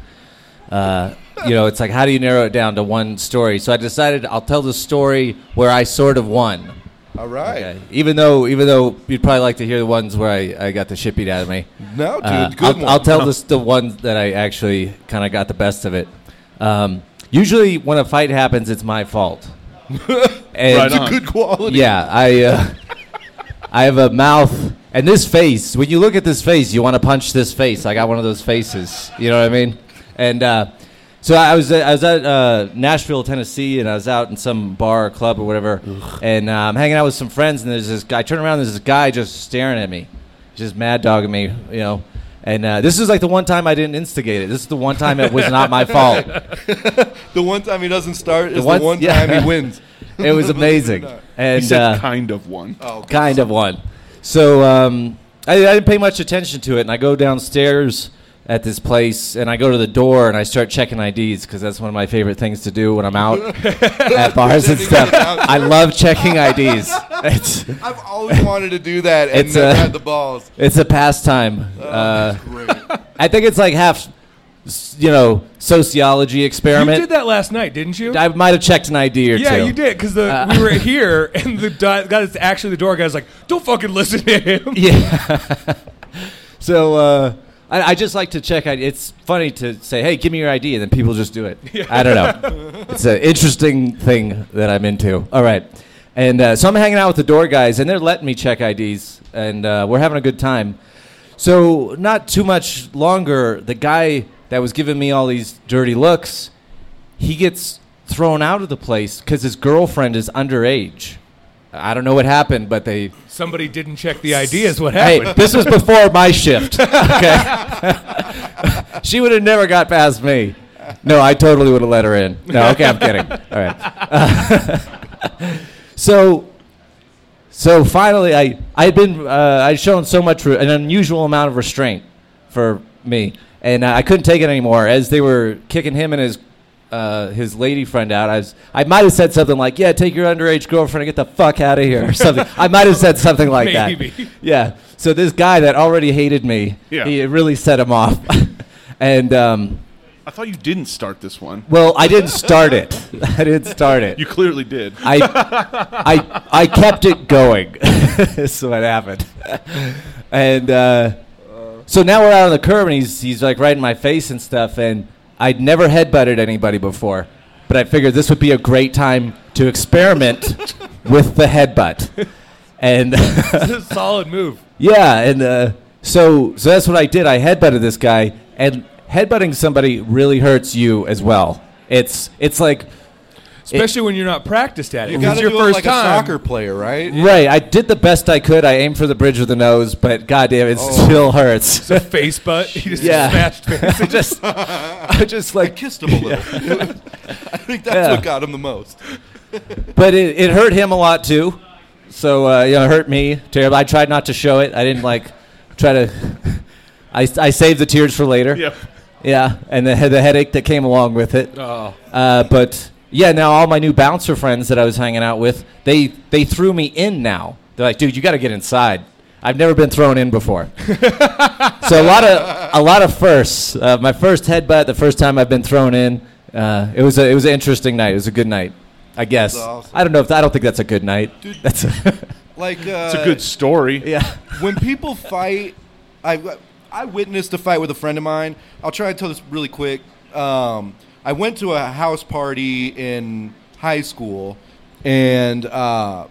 [SPEAKER 7] Uh, you know, it's like how do you narrow it down to one story? So I decided I'll tell the story where I sort of won.
[SPEAKER 2] All right.
[SPEAKER 7] Okay. Even though, even though you'd probably like to hear the ones where I, I got the shit beat out of me.
[SPEAKER 2] No, dude,
[SPEAKER 7] Uh,
[SPEAKER 2] good
[SPEAKER 7] I'll,
[SPEAKER 2] one.
[SPEAKER 7] I'll tell this the one that I actually kind of got the best of it. Um, usually, when a fight happens, it's my fault. and
[SPEAKER 3] Right on.
[SPEAKER 2] Good quality.
[SPEAKER 7] yeah, I uh, I have a mouth and this face. When you look at this face, you want to punch this face. I got one of those faces. You know what I mean? And uh, so I was I was at uh, Nashville, Tennessee, and I was out in some bar or club or whatever, and uh, I'm hanging out with some friends, and there's this guy. I turn around, there's this guy just staring at me, just mad dogging me, you know. And uh, this is like the one time I didn't instigate it. This is the one time it was not my fault.
[SPEAKER 2] The one time he doesn't start is the one,
[SPEAKER 7] one- yeah.
[SPEAKER 2] time he wins.
[SPEAKER 7] It was amazing.
[SPEAKER 2] Believe it or not.
[SPEAKER 7] And
[SPEAKER 3] He said
[SPEAKER 7] uh,
[SPEAKER 3] kind of one. Oh,
[SPEAKER 7] kind of one. So um, I, I didn't pay much attention to it, and I go downstairs at this place, and I go to the door, and I start checking IDs because that's one of my favorite things to do when I'm out at bars and stuff. I love checking IDs. It's
[SPEAKER 2] I've always wanted to do that and
[SPEAKER 7] It's,
[SPEAKER 2] never
[SPEAKER 7] uh,
[SPEAKER 2] had the balls. Oh,
[SPEAKER 7] it's a pastime. Uh,
[SPEAKER 2] Great.
[SPEAKER 7] I think it's like half, s- you know, sociology
[SPEAKER 4] You
[SPEAKER 7] experiment.
[SPEAKER 4] did that last night, didn't you?
[SPEAKER 7] I might have checked an ID or
[SPEAKER 4] yeah,
[SPEAKER 7] two.
[SPEAKER 4] you did because the
[SPEAKER 7] Uh.
[SPEAKER 4] we were here and the di- guy that's actually the door guy's like, "Don't fucking listen to him."
[SPEAKER 7] Yeah. so uh, I, I just like to check. I- It's funny to say, "Hey, give me your ID," and then people just do it. I don't know. it's an interesting thing that I'm into. All right, and uh, so I'm hanging out with the door guys, and they're letting me check IDs, and uh, we're having a good time. So not too much longer, the guy that was giving me all these dirty looks, he gets thrown out of the place because his girlfriend is underage. I don't know what happened, but they
[SPEAKER 4] Somebody didn't check the ID. Is what
[SPEAKER 7] Hey,
[SPEAKER 4] happened.
[SPEAKER 7] this was before my shift. Okay, she would have never got past me. No, I totally would have let her in. No, okay, I'm kidding. All right. so, so finally, I I had been uh, I'd shown so much re- an unusual amount of restraint for me, and I couldn't take it anymore. As they were kicking him and his. Uh, his lady friend out. I was. I might have said something like, "Yeah, take your underage girlfriend and get the fuck out of here," or something. I might have said something like
[SPEAKER 4] Maybe.
[SPEAKER 7] that. Yeah. So this guy that already hated me,
[SPEAKER 3] Yeah.
[SPEAKER 7] he it really set him off. and um,
[SPEAKER 3] I thought you didn't start this one.
[SPEAKER 7] well, I didn't start it. I didn't start it.
[SPEAKER 3] You clearly did.
[SPEAKER 7] I, I, I kept it going. this is what happened. And uh, so now we're out on the curb, and he's he's like right in my face and stuff. And I'd never headbutted anybody before, but I figured this would be a great time to experiment with the headbutt. And
[SPEAKER 4] This is a solid move.
[SPEAKER 7] Yeah, and uh, so so that's what I did. I headbutted this guy, and headbutting somebody really hurts you as well. It's it's like
[SPEAKER 4] especially when you're not practiced at it.
[SPEAKER 2] You
[SPEAKER 4] If
[SPEAKER 2] got
[SPEAKER 4] it's
[SPEAKER 2] to
[SPEAKER 4] your
[SPEAKER 2] do it
[SPEAKER 4] first
[SPEAKER 2] like
[SPEAKER 4] time.
[SPEAKER 2] a soccer player, right?
[SPEAKER 7] right. I did the best I could. I aimed for the bridge of the nose, but goddamn, it still hurts.
[SPEAKER 4] Oh. It's a face butt. He just
[SPEAKER 7] Yeah.
[SPEAKER 4] smashed face.
[SPEAKER 7] I just I just
[SPEAKER 2] I
[SPEAKER 7] like,
[SPEAKER 2] kissed him a little. I think that's
[SPEAKER 7] Yeah.
[SPEAKER 2] what got him the most.
[SPEAKER 7] but it, it hurt him a lot too. So uh, you know, it hurt me terrible. I tried not to show it. I didn't like try to. I, I saved the tears for later.
[SPEAKER 3] Yep.
[SPEAKER 7] Yeah, and the, he- the headache that came along with it.
[SPEAKER 4] Oh.
[SPEAKER 7] Uh, but yeah, now all my new bouncer friends that I was hanging out with, they they threw me in now. They're like, dude, you got to get inside. I've never been thrown in before. so a lot of a lot of firsts. Uh, my first headbutt, the first time I've been thrown in. Uh, it was a, it was an interesting night. It was a good night, I guess.
[SPEAKER 2] That's awesome.
[SPEAKER 7] I don't know if I don't think that's a good night.
[SPEAKER 2] Dude.
[SPEAKER 7] That's a,
[SPEAKER 2] Like uh,
[SPEAKER 3] It's a good story.
[SPEAKER 7] yeah.
[SPEAKER 2] when people fight, I I witnessed a fight with a friend of mine. I'll try to tell this really quick. Um, I went to a house party in high school, and uh,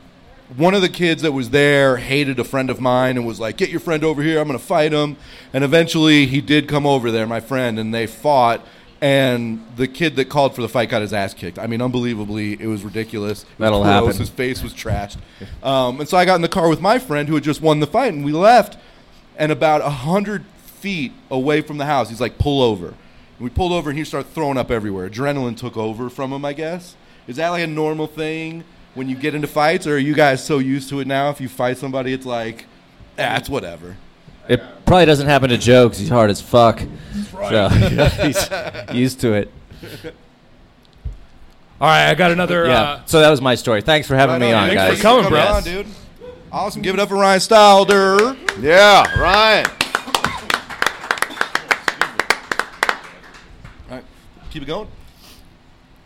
[SPEAKER 2] one of the kids that was there hated a friend of mine and was like, "Get your friend over here! I'm going to fight him." And eventually, he did come over there, my friend, and they fought. And the kid that called for the fight got his ass kicked. I mean, unbelievably, it was ridiculous. It was
[SPEAKER 7] That'll
[SPEAKER 2] gross.
[SPEAKER 7] happen.
[SPEAKER 2] His his face was trashed. Um, and so I got in the car with my friend who had just won the fight, and we left. And about a hundred feet away from the house, he's like, "Pull over." And we pulled over, and he started throwing up everywhere. Adrenaline took over from him, I guess. Is that like a normal thing when you get into fights, or are you guys so used to it now? If you fight somebody, it's like, ah, it's whatever.
[SPEAKER 7] It probably doesn't happen to Joe because he's hard as fuck. So he's used to it.
[SPEAKER 4] All right, I got another.
[SPEAKER 7] Yeah.
[SPEAKER 4] Uh,
[SPEAKER 7] so that was my story. Thanks for having me
[SPEAKER 2] Right
[SPEAKER 7] on,
[SPEAKER 2] Thanks
[SPEAKER 7] guys.
[SPEAKER 2] for
[SPEAKER 4] coming,
[SPEAKER 2] coming
[SPEAKER 4] bro.
[SPEAKER 2] on, dude. Awesome. Give it up for Ryan Stilder.
[SPEAKER 8] Yeah, Ryan.
[SPEAKER 2] All right, keep it going.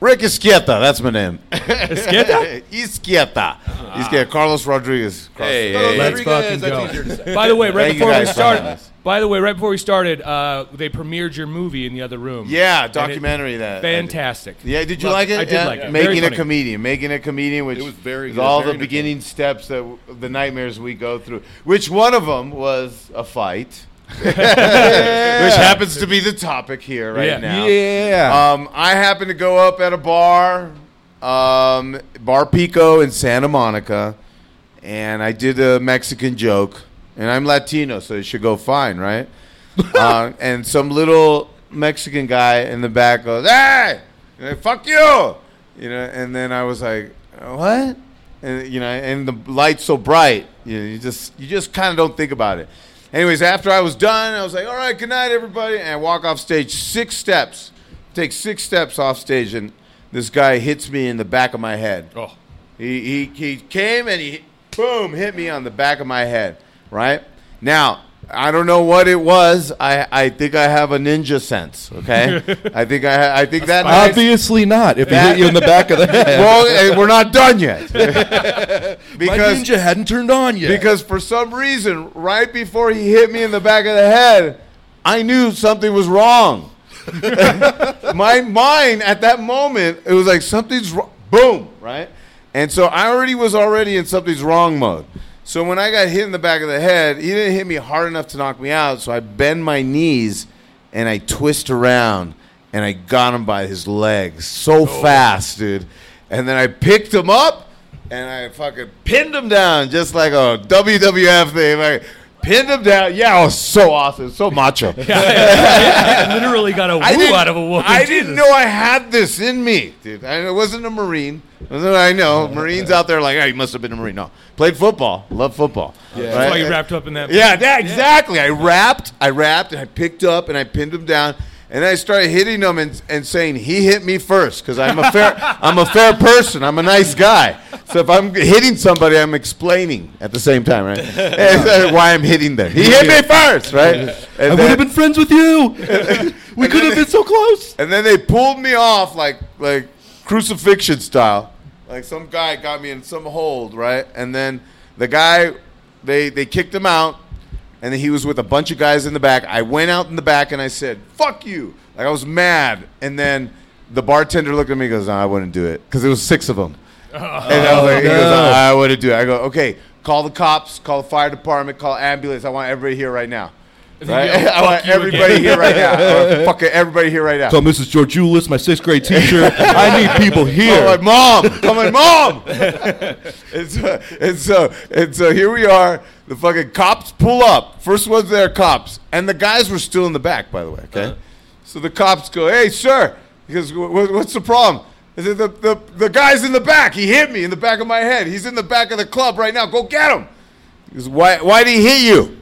[SPEAKER 8] Rick Izquierda, that's my name.
[SPEAKER 4] Esqueta?
[SPEAKER 8] Izquierda. Izquierda. Carlos Rodriguez.
[SPEAKER 2] Hey,
[SPEAKER 4] let's fucking go.
[SPEAKER 2] That's easier to say.
[SPEAKER 4] by the way, right
[SPEAKER 8] Thank you
[SPEAKER 4] before we
[SPEAKER 8] guys for having
[SPEAKER 4] started,
[SPEAKER 8] us.
[SPEAKER 4] by the way, right before we started, uh, they premiered your movie in the other room.
[SPEAKER 8] Yeah,
[SPEAKER 4] it-
[SPEAKER 8] documentary that. I did.
[SPEAKER 4] fantastic.
[SPEAKER 8] Yeah, did you
[SPEAKER 4] Love
[SPEAKER 8] like it?
[SPEAKER 4] I did
[SPEAKER 8] Yeah.
[SPEAKER 4] like it. Very
[SPEAKER 8] Making a
[SPEAKER 4] funny.
[SPEAKER 8] comedian, making a comedian, which
[SPEAKER 2] It was very
[SPEAKER 8] is
[SPEAKER 2] good,
[SPEAKER 8] all
[SPEAKER 2] very
[SPEAKER 8] the beginning steps that w- the nightmares we go through. Which one of them was a fight, which happens to be the topic here right
[SPEAKER 4] Yeah.
[SPEAKER 8] now.
[SPEAKER 2] Yeah.
[SPEAKER 8] Um, I happened to go up at a bar, um, Bar Pico in Santa Monica, and I did a Mexican joke. And I'm Latino, so it should go fine, right? uh, and some little Mexican guy in the back goes, "Hey, And I, fuck you!" You know, and then I was like, "What?" And you know, and the light's so bright, you know, you just you just kind of don't think about it. Anyways, after I was done, I was like, "All right, good night, everybody," and I walk off stage six steps, take six steps off stage, and this guy hits me in the back of my head.
[SPEAKER 4] Oh.
[SPEAKER 8] He, he, he came and he, boom, hit me on the back of my head, right? Now, I don't know what it was. I, I think I have a ninja sense, okay? I think I, ha- I think that night-
[SPEAKER 2] Obviously not. If he
[SPEAKER 8] That-
[SPEAKER 2] hit you in the back of the head.
[SPEAKER 8] Well, eh, we're not done yet.
[SPEAKER 2] my
[SPEAKER 8] because
[SPEAKER 2] ninja hadn't turned on yet.
[SPEAKER 8] because for some reason, right before he hit me in the back of the head, I knew something was wrong. My mind at that moment, it was like something's wrong. Boom, right? And so I already was already in something's wrong mode. So when I got hit in the back of the head, he didn't hit me hard enough to knock me out. So I bend my knees and I twist around and I got him by his legs so fast, dude. And then I picked him up and I fucking pinned him down, just like a WWF thing. Like pinned him down. Yeah, it was so awesome, so macho.
[SPEAKER 4] I literally got a
[SPEAKER 8] I
[SPEAKER 4] woo
[SPEAKER 8] didn't-
[SPEAKER 4] out of a woman.
[SPEAKER 8] I
[SPEAKER 4] Jesus.
[SPEAKER 8] didn't know I had this in me, dude. I I wasn't a Marine. That's what I know. Marines out there like, oh, you must have been a Marine. No, played football. Love football. Yeah.
[SPEAKER 4] That's why you wrapped up in that.
[SPEAKER 8] Yeah, yeah, exactly. I wrapped, I wrapped, and I picked up and I pinned him down, and I started hitting him and, and saying he hit me first because I'm a fair, I'm a fair person. I'm a nice guy. So if I'm hitting somebody, I'm explaining at the same time, right? And so why I'm hitting them. He hit me first, right? And
[SPEAKER 2] I would
[SPEAKER 8] then-
[SPEAKER 2] have been friends with you. we could have been so close.
[SPEAKER 8] and then they pulled me off like like crucifixion style. Like some guy got me in some hold, right? And then the guy they they kicked him out and he was with a bunch of guys in the back. I went out in the back and I said, "Fuck you." Like I was mad. And then the bartender looked at me and goes, no, "I wouldn't do it." Cuz there was 6 of them. And I was like, he goes, I wouldn't do it. I go, okay, call the cops, call the fire department, call ambulance. I want everybody here right now. Right? I want everybody here right now. I want fucking everybody here right now.
[SPEAKER 2] So Mrs. Georgioulis, my sixth grade teacher. I need people here.
[SPEAKER 8] I'm like, mom. I'm like, mom. and, so, and so, and so here we are. The fucking cops pull up. First ones there, cops. And the guys were still in the back, by the way. Okay. So the cops go, hey, sir. He goes, "Wha- wha- what's the problem? I said, the, the, the guy's in the back. He hit me in the back of my head. He's in the back of the club right now. Go get him. He goes, why, why'd he hit you?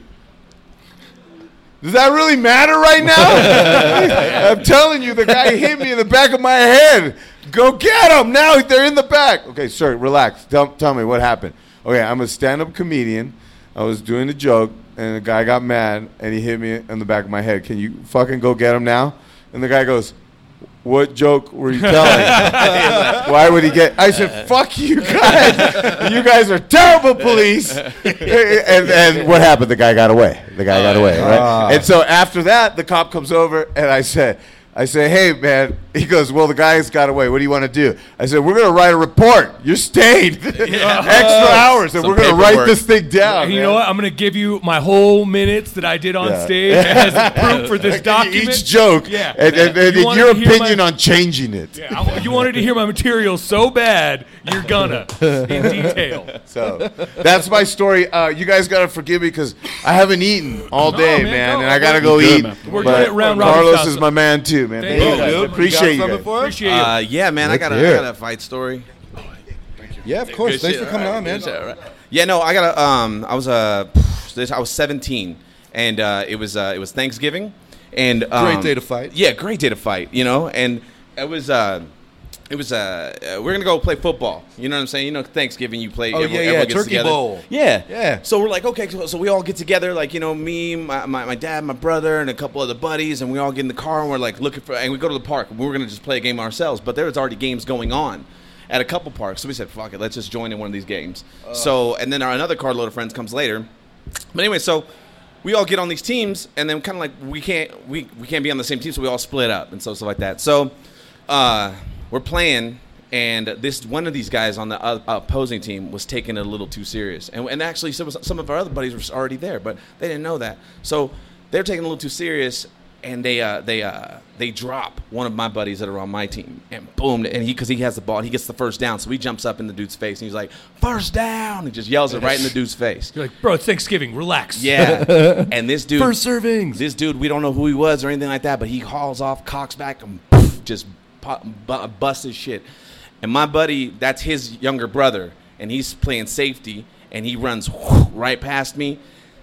[SPEAKER 8] Does that really matter right now? I'm telling you, the guy hit me in the back of my head. Go get them now. They're in the back. Okay, sir, relax. Tell, tell me what happened. Okay, I'm a stand up comedian. I was doing a joke, and a guy got mad, and he hit me in the back of my head. Can you fucking go get him now? And the guy goes, what joke were you telling? Why would he get? I said, "Fuck you guys! You guys are terrible police." and, and what happened? The guy got away. The guy got away. Right?
[SPEAKER 4] Ah.
[SPEAKER 8] and so after that, the cop comes over, and I said, "I said, hey man." He goes, "Well, the guy's got away. What do you want to do?" I said, "We're gonna write a report. You're stayed extra hours, and
[SPEAKER 9] Oh, Some
[SPEAKER 8] we're gonna write
[SPEAKER 9] paperwork.
[SPEAKER 8] this thing down."
[SPEAKER 4] And you
[SPEAKER 8] man."
[SPEAKER 4] know what? I'm going to give you my whole minutes that I did on
[SPEAKER 8] Yeah.
[SPEAKER 4] stage as proof for this document.
[SPEAKER 8] Each joke,
[SPEAKER 4] Yeah.
[SPEAKER 8] and, and, and
[SPEAKER 4] You wanna
[SPEAKER 8] your
[SPEAKER 4] hear my-
[SPEAKER 8] opinion on changing it.
[SPEAKER 4] Yeah, I wa- you wanted to hear my material so bad, you're gonna in detail.
[SPEAKER 8] So that's my story. Uh, you guys gotta forgive me because I haven't eaten all
[SPEAKER 4] man,
[SPEAKER 8] day, man,
[SPEAKER 4] no,
[SPEAKER 8] and I gotta go
[SPEAKER 3] good,
[SPEAKER 8] eat.
[SPEAKER 3] man.
[SPEAKER 4] We're
[SPEAKER 8] But
[SPEAKER 4] good at round robin
[SPEAKER 8] Carlos
[SPEAKER 4] style,
[SPEAKER 8] is
[SPEAKER 4] so-
[SPEAKER 8] my man too, man.
[SPEAKER 4] Thank
[SPEAKER 8] Thank
[SPEAKER 4] you,
[SPEAKER 8] you.
[SPEAKER 4] dude.
[SPEAKER 8] Appreciate you. guys.
[SPEAKER 4] Appreciate it.
[SPEAKER 9] Uh, yeah, man, I got, a, I
[SPEAKER 8] hear
[SPEAKER 9] got
[SPEAKER 8] it.
[SPEAKER 9] a fight story.
[SPEAKER 2] Yeah, of course.
[SPEAKER 9] Good
[SPEAKER 2] Thanks
[SPEAKER 9] shit.
[SPEAKER 2] for coming
[SPEAKER 9] All right,
[SPEAKER 2] on, man.
[SPEAKER 9] good shit. All right. Yeah, no, I got a. Um, I was uh, this, I was 17, and uh, it was uh, it was Thanksgiving, and um,
[SPEAKER 2] Great day to fight.
[SPEAKER 9] Yeah, great day to fight. You know, and it was. Uh, it was uh, uh, we're gonna go play football. You know what I'm saying? You know Thanksgiving, you play.
[SPEAKER 2] Oh, yeah, yeah,
[SPEAKER 9] gets
[SPEAKER 2] turkey bowl.
[SPEAKER 9] Yeah,
[SPEAKER 2] Yeah.
[SPEAKER 9] So we're like, okay, so, so we all get together, like you know, me, my, my, my dad, my brother, and a couple other buddies, and we all get in the car and we're like looking for, and we go to the park. We were gonna just play a game ourselves, but there was already games going on at a couple parks. So we said, fuck it, let's just join in one of these games. so and then our another carload of friends comes later. But anyway, so we all get on these teams, and then kind of like we can't we, we can't be on the same team, so we all split up and so stuff like that. So uh, we're playing, and this one of these guys on the uh, opposing team was taking it a little too serious, and, and actually some, some of our other buddies were already there, but they didn't know that, so they're taking it a little too serious. And they uh, they uh, they drop one of my buddies that are on my team, and boom, and he because he has the ball, he gets the first down, so he jumps up in the dude's face, and he's like, first down, and just yells it right in the dude's face.
[SPEAKER 4] You're like, bro, it's Thanksgiving. Relax.
[SPEAKER 9] Yeah. and this dude,
[SPEAKER 2] First servings.
[SPEAKER 9] this dude, we don't know who he was or anything like that, but he hauls off, cocks back, and poof, just pop, bu- busts his shit. And my buddy, that's his younger brother, and he's playing safety, and he runs right past me,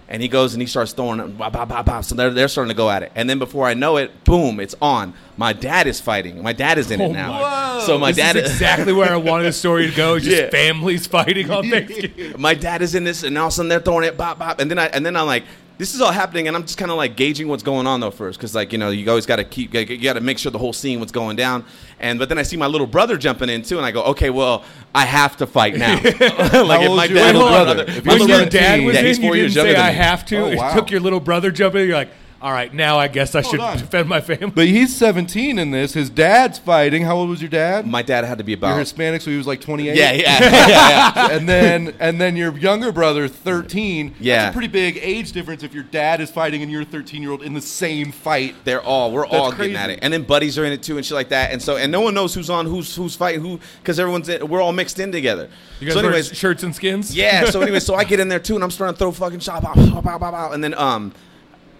[SPEAKER 9] and he goes and he starts throwing, it, bop, bop, bop, bop. So they're, they're starting to go at it. And then before I know it, boom, it's on. My dad is fighting. My dad is in it now. So my
[SPEAKER 4] Oh this
[SPEAKER 9] dad
[SPEAKER 4] is exactly where I wanted the story to go. Oh, Just
[SPEAKER 9] Yeah.
[SPEAKER 4] families fighting on Thanksgiving.
[SPEAKER 9] my dad is in this, and all of a sudden they're throwing it, bop, bop, and then I, and then I'm like, this is all happening, and I'm just kind of like gauging what's going on though first, because like you know you always got to keep, you got to make sure the whole scene what's going down, and but then I see my little brother jumping in too, and I go, okay, well I have to fight now. like if
[SPEAKER 2] old's
[SPEAKER 9] my
[SPEAKER 2] your
[SPEAKER 9] dad,
[SPEAKER 2] little
[SPEAKER 9] my
[SPEAKER 2] brother? If
[SPEAKER 9] my
[SPEAKER 2] he's
[SPEAKER 4] When your
[SPEAKER 9] little-
[SPEAKER 4] dad was
[SPEAKER 9] yeah,
[SPEAKER 4] in,
[SPEAKER 9] he's
[SPEAKER 4] you
[SPEAKER 9] four
[SPEAKER 4] didn't
[SPEAKER 9] years younger
[SPEAKER 4] say
[SPEAKER 9] than
[SPEAKER 4] I
[SPEAKER 9] me.
[SPEAKER 4] have to.
[SPEAKER 2] Oh, wow.
[SPEAKER 4] It took your little brother jumping. in. You're like, all right, now I guess I should
[SPEAKER 2] on.
[SPEAKER 4] defend my family.
[SPEAKER 2] But he's 17 in this. His dad's fighting. How old was your dad?
[SPEAKER 9] My dad had to be
[SPEAKER 2] You're
[SPEAKER 9] about.
[SPEAKER 2] Hispanic, so he was like 28.
[SPEAKER 9] Yeah, yeah, yeah, yeah.
[SPEAKER 2] and then and then your younger brother, 13.
[SPEAKER 9] Yeah.
[SPEAKER 2] That's a pretty big age difference if your dad is fighting and you're a 13 year old in the same fight.
[SPEAKER 9] They're all we're all getting at
[SPEAKER 2] crazy.
[SPEAKER 9] it, and then buddies are in it too, and shit like that, and so and no one knows who's on, who's who's fighting who, because everyone's in, we're all mixed in together.
[SPEAKER 4] You guys
[SPEAKER 9] so,
[SPEAKER 4] wear
[SPEAKER 9] anyways,
[SPEAKER 4] shirts and skins.
[SPEAKER 9] Yeah. So anyway, so I get in there too, and I'm starting to throw fucking shot, pow, pow, pow, pow, pow, and then um,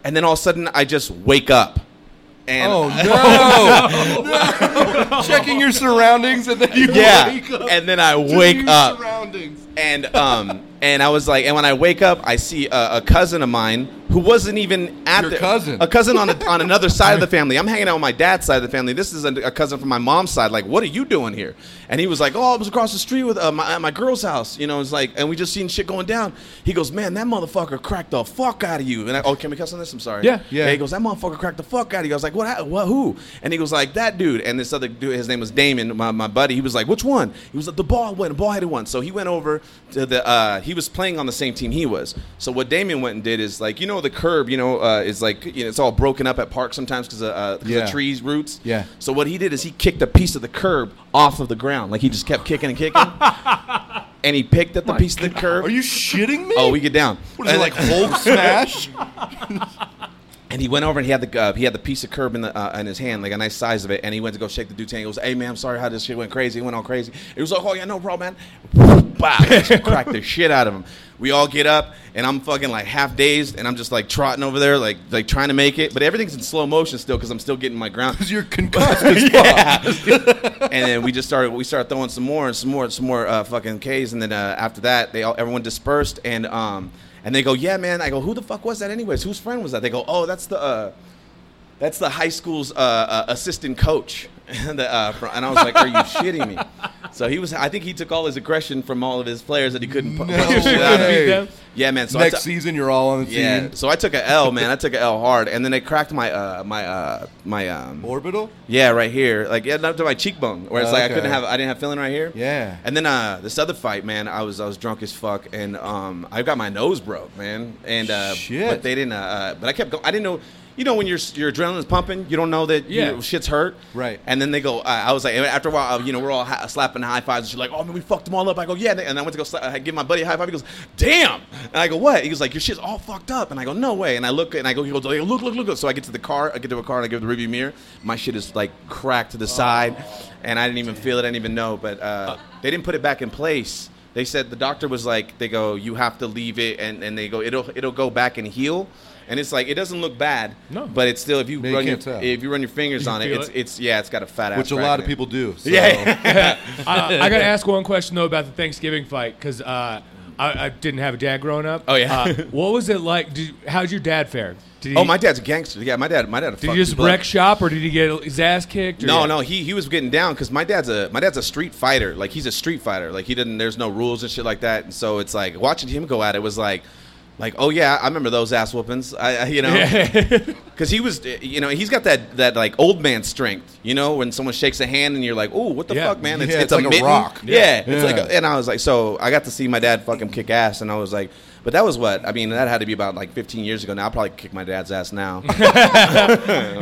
[SPEAKER 9] and then all of a sudden I just wake up, and Oh,
[SPEAKER 2] Oh, no. no. Checking your surroundings and then you
[SPEAKER 9] yeah,
[SPEAKER 2] wake up.
[SPEAKER 9] and then I
[SPEAKER 2] to
[SPEAKER 9] wake
[SPEAKER 2] new
[SPEAKER 9] up,
[SPEAKER 2] surroundings.
[SPEAKER 9] and um, and I was like, and when I wake up, I see a, a cousin of mine who wasn't even at
[SPEAKER 2] Your
[SPEAKER 9] the-
[SPEAKER 2] cousin.
[SPEAKER 9] a cousin on a, on another side of the family. I'm hanging out with my dad's side of the family. This is a, a cousin from my mom's side. Like, what are you doing here? And he was like, oh, I was across the street with uh, my at my girl's house. You know, it's like, and we just seen shit going down. He goes, man, that motherfucker cracked the fuck out of you. And I, oh, can we cuss on this? I'm sorry.
[SPEAKER 4] Yeah.
[SPEAKER 2] Yeah.
[SPEAKER 9] He goes, that motherfucker cracked the fuck out of you. I was like, what? hap- What? Who? And he was like, that dude. And this other dude, his name was Damon, my, my buddy. He was like, which one? He was like, the ball one, the ball headed one. So he went over to the. Uh, he was playing on the same team he was. So what Damon went and did is like, you know, the curb, you know, uh, is like, you know, it's all broken up at parks sometimes because of, uh, 'cause
[SPEAKER 2] Yeah.
[SPEAKER 9] of trees roots.
[SPEAKER 2] Yeah.
[SPEAKER 9] So what he did is he kicked a piece of the curb off of the ground, like he just kept kicking and kicking. And he picked up the piece of the curb.
[SPEAKER 2] Are you shitting me?
[SPEAKER 9] Oh, we get down.
[SPEAKER 2] What is it, like Hulk smash?
[SPEAKER 9] And he went over and he had the uh, he had the piece of curb in the uh, in his hand, like a nice size of it. And he went to go shake the dude's hand. He goes, "Hey man, I'm sorry how this shit went crazy. It went all crazy." It was like, "Oh yeah, no problem, man." Wow, just cracked the shit out of him. We all get up, and I'm fucking like half dazed, and I'm just like trotting over there, like like trying to make it. But everything's in slow motion still because I'm still getting my ground.
[SPEAKER 2] Because you're concussed as fuck.
[SPEAKER 9] and then we just started we started throwing some more and some more and some more uh, fucking K's and then uh, after that they all everyone dispersed and um and they go yeah man I go who the fuck was that anyways whose friend was that they go oh that's the uh, that's the high school's uh, uh, assistant coach the, uh, fr- and I was like, "Are you shitting me?" So he was. I think he took all his aggression from all of his players that he couldn't. pu- push it out.
[SPEAKER 2] way.
[SPEAKER 9] Yeah, man. So I
[SPEAKER 2] Next
[SPEAKER 9] t-
[SPEAKER 2] season, you're all on the team.
[SPEAKER 9] yeah. So I took a L, man. I took a L hard, and then it cracked my uh, my uh, my um,
[SPEAKER 2] Orbital.
[SPEAKER 9] yeah, right here. Like yeah, up to my cheekbone. Where it's like I
[SPEAKER 2] Okay.
[SPEAKER 9] couldn't have I didn't have feeling right here.
[SPEAKER 2] Yeah.
[SPEAKER 9] And then uh this other fight, man, I was I was drunk as fuck and um I got my nose broke, man. And uh
[SPEAKER 2] Shit.
[SPEAKER 9] but they didn't uh, uh but I kept going I didn't know you know when your your adrenaline's pumping, you don't know that
[SPEAKER 4] Yeah.
[SPEAKER 9] you, shit's hurt.
[SPEAKER 2] Right.
[SPEAKER 9] And then they go. Uh, I was like, and after a while, uh, you know, we're all ha- slapping high fives. And she's like, "Oh man, we fucked them all up." I go, "Yeah." And, they- and I went to go sla- I give my buddy a high five. He goes, "Damn!" And I go, "What?" He goes, "Like your shit's all fucked up." And I go, "No way." And I look and I go, "He goes, "Look, look, look, look." So I get to the car. I get to a car and I go to the rearview mirror. My shit is like cracked to the side, and I didn't even feel it. I didn't even know. But uh, they didn't put it back in place. They said the doctor was like, "They go, you have to leave it," and, and they go, "It'll it'll go back and heal." And it's like it doesn't look bad,
[SPEAKER 4] No.
[SPEAKER 9] but it's still if you
[SPEAKER 2] No, you
[SPEAKER 9] run your
[SPEAKER 2] can't tell.
[SPEAKER 9] if you run your fingers on it,
[SPEAKER 4] feel
[SPEAKER 9] it's
[SPEAKER 4] it?
[SPEAKER 9] it's yeah, it's got a fat ass.
[SPEAKER 2] Which a
[SPEAKER 9] crack
[SPEAKER 2] lot
[SPEAKER 9] in
[SPEAKER 2] of
[SPEAKER 9] it.
[SPEAKER 2] people do. So.
[SPEAKER 9] Yeah.
[SPEAKER 4] Oh. I, I got to ask one question though about the Thanksgiving fight because uh, I, I didn't have a dad growing up.
[SPEAKER 9] Oh, yeah.
[SPEAKER 4] Uh, what was it like? Did, how'd your dad fare? Did he,
[SPEAKER 9] oh, my dad's a gangster. Yeah, my dad. My dad.
[SPEAKER 4] Did he just wreck shop or did he get his ass kicked? Or
[SPEAKER 9] No, no, he he was getting down because my dad's a my dad's a street fighter. Like he's a street fighter. Like he didn't. There's no rules and shit like that. And so it's like watching him go at it was like. Like oh yeah, I remember those ass whoopings. I, I you know, because he was you know he's got that that like old man strength. You know when someone shakes a hand and you're like oh what the
[SPEAKER 4] Yeah.
[SPEAKER 9] fuck man it's,
[SPEAKER 2] Yeah,
[SPEAKER 9] it's,
[SPEAKER 2] it's like a
[SPEAKER 9] mitten.
[SPEAKER 2] rock.
[SPEAKER 9] Yeah,
[SPEAKER 2] Yeah.
[SPEAKER 9] it's like a, and I was like so I got to see my dad fucking kick ass and I was like but that was what I mean that had to be about like 15 years ago now I probably kick my dad's ass now.
[SPEAKER 4] You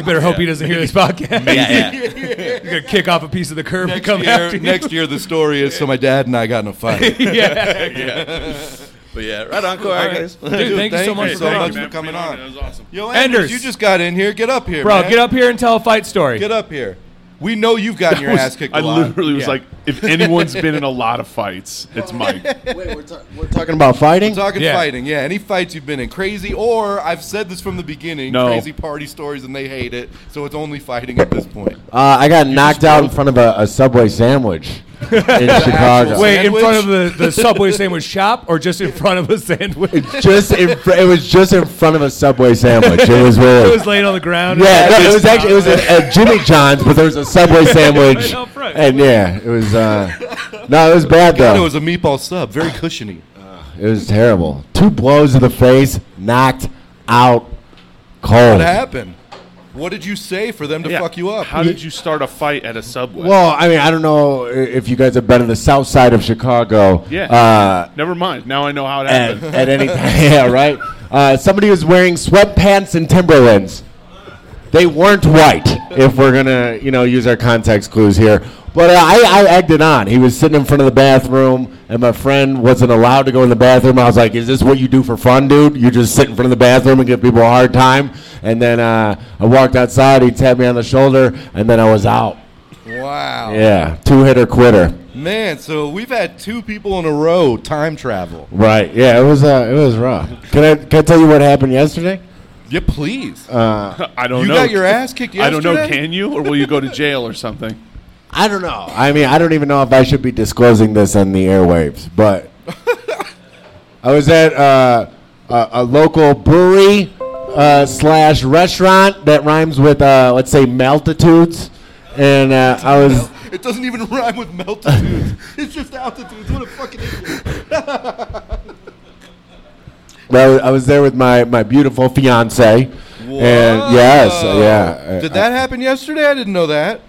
[SPEAKER 4] better hope he doesn't hear this podcast.
[SPEAKER 9] Yeah,
[SPEAKER 4] You're gonna kick off a piece of the curb and
[SPEAKER 2] Next
[SPEAKER 4] come
[SPEAKER 2] year,
[SPEAKER 4] after you.
[SPEAKER 2] next year, the story is so my dad and I got in a fight. Dude,
[SPEAKER 9] But yeah, right on, Corey. I guess.
[SPEAKER 4] Dude, thank, you so much for
[SPEAKER 2] so
[SPEAKER 4] coming.
[SPEAKER 2] much
[SPEAKER 3] you, man,
[SPEAKER 2] for coming
[SPEAKER 3] being on.
[SPEAKER 2] on.
[SPEAKER 3] That was awesome.
[SPEAKER 2] Yo, Anders,
[SPEAKER 4] Anders.
[SPEAKER 2] you just got in here. Get up here,
[SPEAKER 4] Bro,
[SPEAKER 2] man.
[SPEAKER 4] get up here and tell a fight story.
[SPEAKER 2] Get up here. We know you've gotten your ass kicked.
[SPEAKER 3] I
[SPEAKER 2] a lot.
[SPEAKER 3] literally was like, if anyone's been in a lot of fights, it's Mike.
[SPEAKER 10] Wait, we're, ta- we're talking about fighting?
[SPEAKER 2] Talking
[SPEAKER 4] Yeah.
[SPEAKER 2] fighting, yeah. Any fights you've been in, crazy or I've said this from the beginning,
[SPEAKER 3] No.
[SPEAKER 2] crazy party stories, and they hate it. So it's only fighting at this point.
[SPEAKER 10] Uh, I got knocked out in front of a, a Subway sandwich in Chicago.
[SPEAKER 4] Wait,
[SPEAKER 2] Sandwich?
[SPEAKER 4] in front of the, the Subway sandwich shop or just in front of a sandwich?
[SPEAKER 10] just in fr- it was just in front of a Subway sandwich. It was
[SPEAKER 4] It
[SPEAKER 10] weird.
[SPEAKER 4] was laying on the ground.
[SPEAKER 10] yeah, no, it was actually it was at, at Jimmy John's, but there was a Subway sandwich,
[SPEAKER 4] out front.
[SPEAKER 10] and yeah, it was. Uh, no, it was bad
[SPEAKER 2] God, it
[SPEAKER 10] though.
[SPEAKER 2] was a meatball sub, very cushiony.
[SPEAKER 10] It was terrible. Two blows to the face, knocked out cold.
[SPEAKER 2] What happened? What did you say for them to
[SPEAKER 3] Yeah.
[SPEAKER 2] fuck you up?
[SPEAKER 3] How did you start a fight at a subway?
[SPEAKER 10] Well, I mean, I don't know i- if you guys have been in the south side of Chicago.
[SPEAKER 3] Yeah.
[SPEAKER 10] Uh,
[SPEAKER 3] Never mind. Now I know how it
[SPEAKER 10] at,
[SPEAKER 3] happened.
[SPEAKER 10] at any time. Yeah, right? Uh, somebody was wearing sweatpants and Timberlands. They weren't white, if we're going to, you know, use our context clues here. But uh, I, I egged it on. He was sitting in front of the bathroom, and my friend wasn't allowed to go in the bathroom. I was like, is this what you do for fun, dude? You just sit in front of the bathroom and give people a hard time? And then uh, I walked outside. He tapped me on the shoulder, and then I was out.
[SPEAKER 2] Wow.
[SPEAKER 10] Yeah, two-hitter quitter.
[SPEAKER 2] Man, so we've had two people in a row time travel.
[SPEAKER 10] Right. Yeah, it was uh, it was rough. Can I can I tell you what happened yesterday?
[SPEAKER 2] Yeah, please.
[SPEAKER 10] Uh,
[SPEAKER 3] I don't
[SPEAKER 2] you
[SPEAKER 3] know.
[SPEAKER 2] got your ass kicked
[SPEAKER 3] I don't
[SPEAKER 2] yesterday?
[SPEAKER 3] know. Can you, or will you go to jail or something?
[SPEAKER 10] I don't know. I mean, I don't even know if I should be disclosing this on the airwaves, but I was at uh, a, a local brewery uh, slash restaurant that rhymes with uh, let's say maltitudes, and uh, I was.
[SPEAKER 2] It doesn't even rhyme with meltitudes. it's just altitudes. What a fucking idiot.
[SPEAKER 10] Well, I was there with my, my beautiful fiance, and yes,
[SPEAKER 2] Whoa.
[SPEAKER 10] yeah.
[SPEAKER 2] Did that happen yesterday? I didn't know that.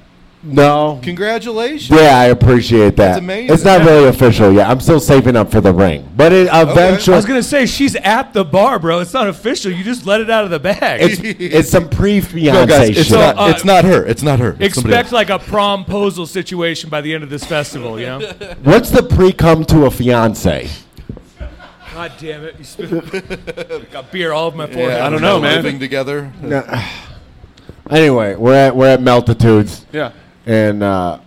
[SPEAKER 10] No,
[SPEAKER 2] Congratulations.
[SPEAKER 10] Uh, Yeah, I appreciate that.
[SPEAKER 2] amazing.
[SPEAKER 10] It's not really official yet. I'm still saving up for the ring, but it
[SPEAKER 4] I
[SPEAKER 10] eventually
[SPEAKER 4] was gonna say she's at the bar, bro. It's not official. You just let it out of the bag.
[SPEAKER 10] it's, it's some pre fiance
[SPEAKER 2] No, guys,
[SPEAKER 10] shit.
[SPEAKER 2] it's not,
[SPEAKER 4] uh,
[SPEAKER 2] it's not her. It's not her. It's somebody
[SPEAKER 4] Expect like a promposal situation by the end of this festival, you know?
[SPEAKER 10] What's the pre come to a fiance?
[SPEAKER 4] God damn it! You spit got beer all over my
[SPEAKER 2] else.
[SPEAKER 4] forehead.
[SPEAKER 2] Yeah,
[SPEAKER 3] I don't know, man.
[SPEAKER 2] Living together.
[SPEAKER 10] Anyway, we're at we're at Meltitudes,
[SPEAKER 3] Yeah.
[SPEAKER 10] and uh,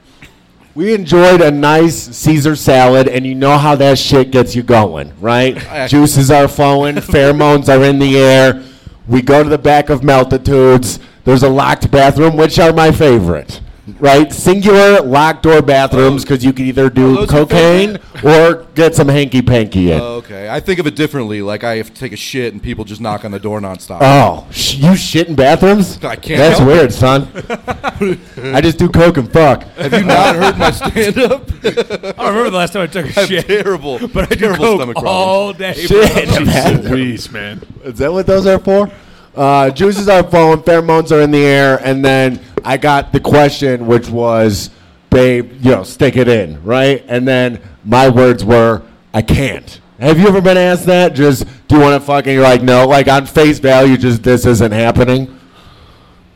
[SPEAKER 10] we enjoyed a nice Caesar salad, and you know how that shit gets you going, right? Juices are flowing, pheromones are in the air. We go to the back of Meltitudes. There's a locked bathroom, which are my favorite. right? Singular locked door bathrooms because you can either do
[SPEAKER 2] oh, those are
[SPEAKER 10] cocaine or get some hanky panky in.
[SPEAKER 2] Oh, okay. I think of it differently. Like I have to take a shit and people just knock on the door nonstop.
[SPEAKER 10] oh, sh- you shit in bathrooms?
[SPEAKER 2] I can't
[SPEAKER 10] That's
[SPEAKER 2] help
[SPEAKER 10] weird, son. I just do coke and fuck.
[SPEAKER 2] have you not heard my stand up?
[SPEAKER 4] I don't remember the last time I took a
[SPEAKER 2] I'm
[SPEAKER 4] shit.
[SPEAKER 2] terrible.
[SPEAKER 4] But I do
[SPEAKER 2] terrible
[SPEAKER 4] coke
[SPEAKER 2] stomach problems.
[SPEAKER 4] all day.
[SPEAKER 10] Shit. in
[SPEAKER 3] Jesus
[SPEAKER 10] bathrooms.
[SPEAKER 3] Louise, man.
[SPEAKER 10] Is that what those are for? Uh, juices are flowing, pheromones are in the air, and then I got the question, which was, "Babe, you know, stick it in, right?" And then my words were, "I can't." Have you ever been asked that? Just do you want to fucking? You're like, no, like on face value, just this isn't happening.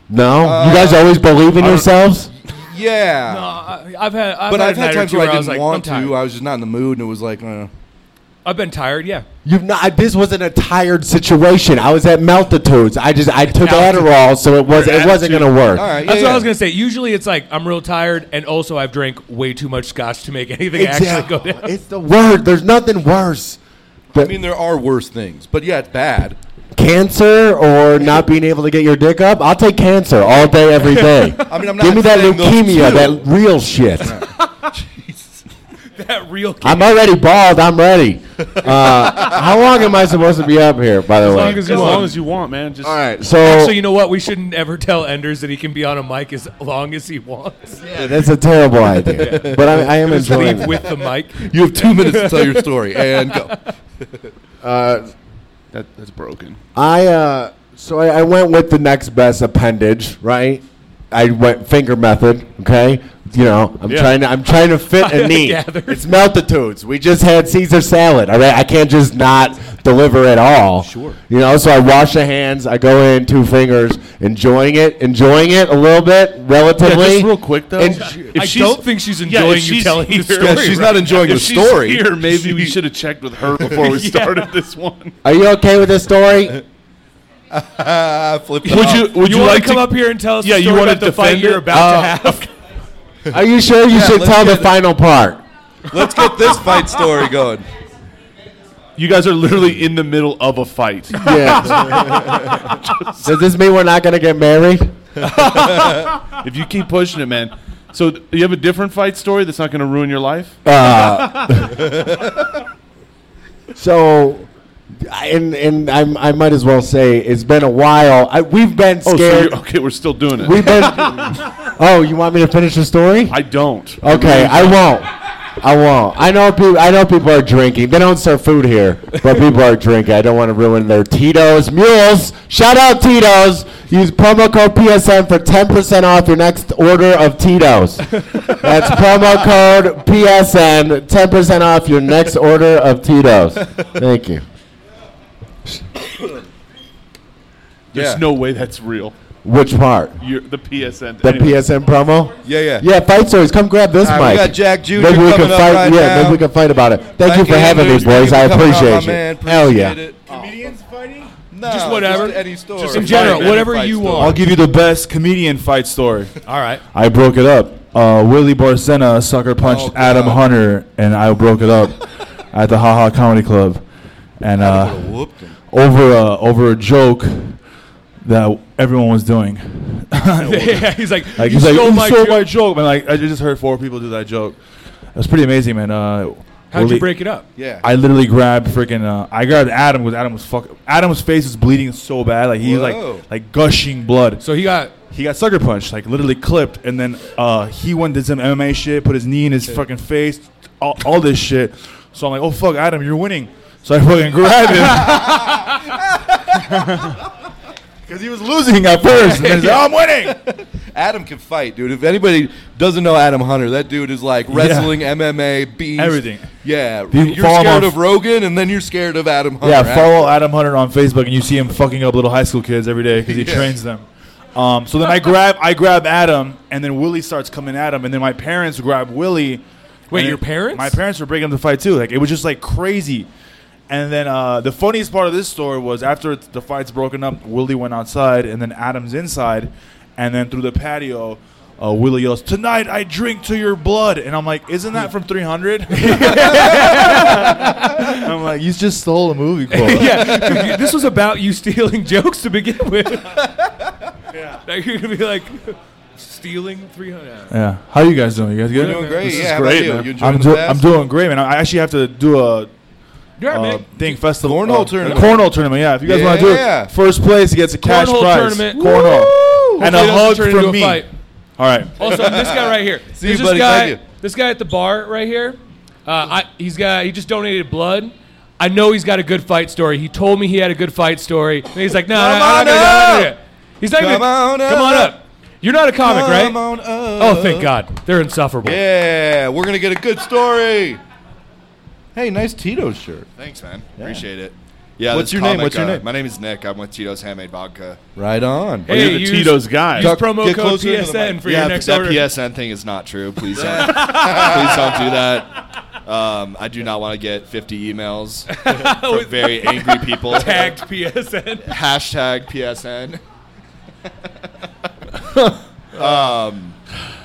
[SPEAKER 10] No, you guys
[SPEAKER 2] Uh,
[SPEAKER 10] always believe in yourselves.
[SPEAKER 2] Yeah.
[SPEAKER 4] I, have had, I've
[SPEAKER 2] But
[SPEAKER 4] had, a
[SPEAKER 2] I've had
[SPEAKER 4] night or
[SPEAKER 2] times
[SPEAKER 4] two
[SPEAKER 2] where I
[SPEAKER 4] I
[SPEAKER 2] didn't
[SPEAKER 4] was like,
[SPEAKER 2] want
[SPEAKER 4] I'm
[SPEAKER 2] to.
[SPEAKER 4] tired.
[SPEAKER 2] I was just not in the mood, and it was like, uh,
[SPEAKER 4] I've been tired, yeah.
[SPEAKER 10] You've not. I- This wasn't a tired situation. I was at altitudes. I just I took
[SPEAKER 4] Altitude.
[SPEAKER 10] Adderall, so it was it wasn't gonna work.
[SPEAKER 2] all right. Yeah,
[SPEAKER 4] That's what
[SPEAKER 2] yeah.
[SPEAKER 4] I was gonna say. Usually, it's like I'm real tired, and also I've drank way too much scotch to make anything actually go down.
[SPEAKER 10] It's the word. There's nothing worse.
[SPEAKER 2] I mean, there are worse things, but yeah, it's bad.
[SPEAKER 10] Cancer or not being able to get your dick up. I'll take cancer all day, every day. I
[SPEAKER 2] mean, I'm
[SPEAKER 10] Give me
[SPEAKER 2] not
[SPEAKER 10] that
[SPEAKER 2] saying those
[SPEAKER 10] leukemia,
[SPEAKER 2] two.
[SPEAKER 10] that real shit.
[SPEAKER 4] that real. As
[SPEAKER 10] I'm already bald. I'm ready. Uh, how long am I supposed to be up here, by the way?
[SPEAKER 3] As long as you want, man. Just
[SPEAKER 10] all right, so
[SPEAKER 4] Actually, you know what? We shouldn't ever tell Enders that he can be on a mic as long as he wants.
[SPEAKER 10] that's a terrible idea, but I, I am enjoying
[SPEAKER 4] Leave
[SPEAKER 10] it.
[SPEAKER 4] with the mic.
[SPEAKER 2] You have two minutes to tell your story, and go.
[SPEAKER 3] Uh, that, that's broken.
[SPEAKER 10] I uh, so I, I went with the next best appendage, right? I went finger method. Okay, you know, I'm
[SPEAKER 3] Yeah.
[SPEAKER 10] trying to I'm trying to fit a need.
[SPEAKER 4] gathered.
[SPEAKER 10] It's multitudes. We just had Caesar salad. All right, I can't just not deliver at all. Sure. You know, so I wash the hands. I go in two fingers, enjoying it, enjoying it a little bit, relatively.
[SPEAKER 3] Yeah, just real quick though.
[SPEAKER 10] And-
[SPEAKER 3] If
[SPEAKER 4] I
[SPEAKER 3] she's-
[SPEAKER 4] don't think she's
[SPEAKER 3] yeah, if
[SPEAKER 4] enjoying you
[SPEAKER 3] she's
[SPEAKER 4] telling the
[SPEAKER 3] here-
[SPEAKER 4] story.
[SPEAKER 2] Yeah, she's not enjoying
[SPEAKER 3] If
[SPEAKER 2] the
[SPEAKER 3] she's
[SPEAKER 2] story.
[SPEAKER 3] here, maybe we should have checked with her before we started this one.
[SPEAKER 10] are you okay with this story?
[SPEAKER 2] I flipped. it
[SPEAKER 3] Would
[SPEAKER 2] off.
[SPEAKER 3] you would
[SPEAKER 4] You,
[SPEAKER 3] you,
[SPEAKER 4] want
[SPEAKER 3] like
[SPEAKER 4] to come up here and tell us?
[SPEAKER 3] Yeah,
[SPEAKER 4] the
[SPEAKER 3] you
[SPEAKER 4] story
[SPEAKER 3] wanna
[SPEAKER 4] about the fight
[SPEAKER 3] defend
[SPEAKER 4] you're
[SPEAKER 3] it?
[SPEAKER 4] about to have.
[SPEAKER 10] Are you sure you should
[SPEAKER 2] let's
[SPEAKER 10] tell the
[SPEAKER 2] get it.
[SPEAKER 10] final part?
[SPEAKER 2] Let's get this fight story going.
[SPEAKER 3] You guys are literally in the middle of a fight.
[SPEAKER 10] Yeah. Does this mean we're not going to get married?
[SPEAKER 3] if you keep pushing it, man. So th- you have a different fight story that's not going to ruin your life.
[SPEAKER 10] Uh. So, I- and and I'm, I might as well say it's been a while. I, we've been
[SPEAKER 3] oh, so
[SPEAKER 10] scared.
[SPEAKER 3] you're, okay, we're still doing it.
[SPEAKER 10] we've been. oh, you want me to finish the story?
[SPEAKER 3] I don't.
[SPEAKER 10] Okay, I won't. I won't. I know people. I know people are drinking. They don't serve food here, but people are drinking. I don't want to ruin their Tito's mules. Shout out Tito's. Use promo code PSN for ten percent off your next order of Tito's. That's promo code PSN. Ten percent off your next order of Tito's. Thank you.
[SPEAKER 3] There's
[SPEAKER 2] Yeah.
[SPEAKER 3] no way that's real.
[SPEAKER 10] Which part?
[SPEAKER 3] You're the PSN.
[SPEAKER 10] The
[SPEAKER 3] anyway.
[SPEAKER 10] PSN promo?
[SPEAKER 2] Yeah, yeah.
[SPEAKER 10] Yeah, fight stories. Come grab this
[SPEAKER 2] All right,
[SPEAKER 10] mic.
[SPEAKER 2] we got Jack Jr.
[SPEAKER 10] Maybe we can
[SPEAKER 2] coming up
[SPEAKER 10] fight.
[SPEAKER 2] right
[SPEAKER 10] yeah,
[SPEAKER 2] now.
[SPEAKER 10] maybe we can fight about it. Thank, you for
[SPEAKER 2] Thank
[SPEAKER 10] having me,
[SPEAKER 2] Andrews. Thank
[SPEAKER 10] boys.
[SPEAKER 2] you
[SPEAKER 10] I
[SPEAKER 2] for coming out,
[SPEAKER 10] appreciate
[SPEAKER 2] my
[SPEAKER 10] you.
[SPEAKER 2] man.
[SPEAKER 10] Hell yeah.
[SPEAKER 2] Appreciate it. No,
[SPEAKER 4] Just whatever.
[SPEAKER 2] any story.
[SPEAKER 4] Just in general,
[SPEAKER 2] Fight, man,
[SPEAKER 4] whatever
[SPEAKER 2] fight
[SPEAKER 4] you
[SPEAKER 2] story.
[SPEAKER 4] want.
[SPEAKER 11] I'll give you the best comedian fight story.
[SPEAKER 4] All right.
[SPEAKER 11] I broke it up. Uh, Willie Barcena sucker punched
[SPEAKER 2] Oh, God.
[SPEAKER 11] Adam Hunter, and I broke it up at the Ha Ha Comedy Club, and uh,
[SPEAKER 2] Whooped him.
[SPEAKER 11] over a, over a joke that everyone was doing.
[SPEAKER 4] yeah, he's like,
[SPEAKER 11] Like
[SPEAKER 4] you
[SPEAKER 11] he's like,
[SPEAKER 4] stole
[SPEAKER 11] "You
[SPEAKER 4] my.
[SPEAKER 11] stole
[SPEAKER 4] joke.
[SPEAKER 11] my joke," and like I just heard four people do that joke. That's pretty amazing, man. Uh,
[SPEAKER 4] How'd
[SPEAKER 11] Willie-
[SPEAKER 4] you break it up?
[SPEAKER 2] Yeah.
[SPEAKER 11] I literally grabbed freaking. Uh, I grabbed Adam because Adam was fuck. Adam's face was bleeding so bad, like he was
[SPEAKER 2] Whoa.
[SPEAKER 11] like like gushing blood. So
[SPEAKER 4] So he got.
[SPEAKER 11] he got sucker punched, like literally clipped, and then uh, he went did some MMA shit, put his knee in his fucking face, all, all this shit. So I'm like, oh fuck, Adam, you're winning. So I fucking grabbed him. Because he was losing at first, and then he's like, "Oh, I'm winning.
[SPEAKER 2] Adam can fight, dude. If anybody doesn't know Adam Hunter, that dude is like wrestling, MMA, beast,
[SPEAKER 11] Everything.
[SPEAKER 2] Yeah,
[SPEAKER 11] Dude,
[SPEAKER 2] you're
[SPEAKER 11] follow him
[SPEAKER 2] scared
[SPEAKER 11] on-
[SPEAKER 2] of Rogan, and then you're scared of Adam Hunter.
[SPEAKER 11] Yeah, follow Adam Hunter on Facebook, and you see him fucking up little high school kids every day because he trains them. Um, so then I grab I grab Adam, and then Willie starts coming at him, and then my parents grab Willie.
[SPEAKER 4] Wait,
[SPEAKER 11] and
[SPEAKER 4] your
[SPEAKER 11] then-
[SPEAKER 4] parents?
[SPEAKER 11] My parents were breaking up the fight too. Like it was just like crazy. And then uh, the funniest part of this story was after it's- the fight's broken up, Willie went outside, and then Adam's inside, and then through the patio. Uh, Willie yells, "Tonight I drink to your blood," and I'm like, "Isn't that from 300?" I'm like, "You just stole a movie quote."
[SPEAKER 4] Yeah, this was about you stealing jokes to begin with. Now you're gonna be like, Stealing 300.
[SPEAKER 11] Yeah. How you guys doing? You guys good?
[SPEAKER 2] We're doing great.
[SPEAKER 11] This is
[SPEAKER 2] Yeah, how about
[SPEAKER 11] great,
[SPEAKER 2] you?
[SPEAKER 11] man.
[SPEAKER 2] You enjoying
[SPEAKER 11] I'm,
[SPEAKER 2] the
[SPEAKER 11] do-
[SPEAKER 2] class?
[SPEAKER 11] I'm doing great, man. I I actually have to do a
[SPEAKER 4] You're right,
[SPEAKER 11] uh,
[SPEAKER 4] man.
[SPEAKER 11] thing festival.
[SPEAKER 2] Cornhole
[SPEAKER 11] uh,
[SPEAKER 2] tournament.
[SPEAKER 11] Cornhole tournament. Yeah. If you guys want to do
[SPEAKER 2] Yeah.
[SPEAKER 11] it, first place gets a cash
[SPEAKER 4] Cornhole
[SPEAKER 11] prize.
[SPEAKER 4] tournament.
[SPEAKER 11] Cornhole. And
[SPEAKER 4] Hopefully it
[SPEAKER 11] a
[SPEAKER 4] doesn't
[SPEAKER 11] hug
[SPEAKER 4] turn
[SPEAKER 11] from
[SPEAKER 4] into a
[SPEAKER 11] me.
[SPEAKER 4] fight.
[SPEAKER 11] All right.
[SPEAKER 4] Also, this guy right here.
[SPEAKER 2] you,
[SPEAKER 4] There's this
[SPEAKER 2] buddy.
[SPEAKER 4] guy.
[SPEAKER 2] Thank you.
[SPEAKER 4] This guy at the bar right here. Uh, I, he's got. He just donated blood. I know he's got a good fight story. He told me he had a good fight story. And he's like, no, no,
[SPEAKER 2] Come
[SPEAKER 4] no, I'm
[SPEAKER 2] on
[SPEAKER 4] not gonna do
[SPEAKER 2] up.
[SPEAKER 4] it. He's not
[SPEAKER 2] Come
[SPEAKER 4] even.
[SPEAKER 2] on
[SPEAKER 4] come on
[SPEAKER 2] up.
[SPEAKER 4] up. You're not a comic, right?
[SPEAKER 2] Come on up.
[SPEAKER 4] Oh, thank God. They're insufferable.
[SPEAKER 2] Yeah, we're gonna get a good story. Hey, nice Tito's shirt.
[SPEAKER 12] Thanks, man. Appreciate it. Yeah.
[SPEAKER 2] What's
[SPEAKER 12] this
[SPEAKER 2] your name?
[SPEAKER 12] comic,
[SPEAKER 2] What's your
[SPEAKER 12] uh,
[SPEAKER 2] name?
[SPEAKER 12] My name is Nick. I'm with Tito's Handmade Vodka.
[SPEAKER 2] Right on.
[SPEAKER 4] Hey,
[SPEAKER 3] You're the
[SPEAKER 4] use-
[SPEAKER 3] Tito's guy.
[SPEAKER 4] Use promo
[SPEAKER 2] Get
[SPEAKER 4] code
[SPEAKER 2] closer to the
[SPEAKER 4] PSN
[SPEAKER 2] mic.
[SPEAKER 4] for
[SPEAKER 12] yeah,
[SPEAKER 4] your
[SPEAKER 12] but
[SPEAKER 4] next
[SPEAKER 12] that
[SPEAKER 4] order.
[SPEAKER 12] PSN thing is not true. Please don't. please don't do that. Um, I do not want to get 50 emails from very angry people.
[SPEAKER 4] Tagged PSN.
[SPEAKER 12] Hashtag PSN. um,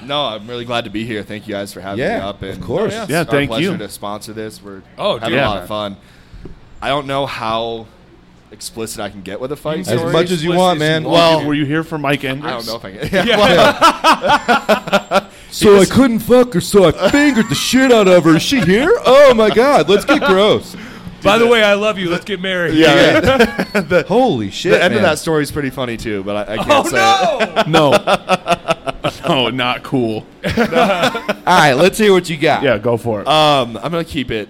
[SPEAKER 12] no, I'm really glad to be here. Thank you guys for having me
[SPEAKER 2] Yeah,
[SPEAKER 12] up. And
[SPEAKER 2] of course.
[SPEAKER 12] It's
[SPEAKER 3] Yeah,
[SPEAKER 12] our
[SPEAKER 3] thank
[SPEAKER 12] pleasure
[SPEAKER 3] you.
[SPEAKER 12] to sponsor this. We're
[SPEAKER 4] Oh,
[SPEAKER 12] having
[SPEAKER 4] dude.
[SPEAKER 12] a
[SPEAKER 3] Yeah.
[SPEAKER 12] lot of fun. I don't know how explicit I can get with a fight
[SPEAKER 2] As
[SPEAKER 12] story.
[SPEAKER 2] much as you
[SPEAKER 4] Explicit
[SPEAKER 2] want,
[SPEAKER 4] as
[SPEAKER 2] man.
[SPEAKER 4] you
[SPEAKER 12] Well-
[SPEAKER 3] Were you here for Mike Enders?
[SPEAKER 12] I don't know if I can.
[SPEAKER 2] So I couldn't fuck her, so I fingered the shit out of her. Is she here? Oh my god, let's get gross.
[SPEAKER 4] By the way, I love you. Let's get married.
[SPEAKER 12] Yeah.
[SPEAKER 2] Holy shit.
[SPEAKER 12] The end
[SPEAKER 2] man.
[SPEAKER 12] of that story is pretty funny too, but I, I can't
[SPEAKER 4] Oh
[SPEAKER 12] say it.
[SPEAKER 4] no! Oh,
[SPEAKER 3] No. no, not cool.
[SPEAKER 2] All right, let's hear what you got.
[SPEAKER 3] Yeah, go for it.
[SPEAKER 12] Um, I'm gonna keep it.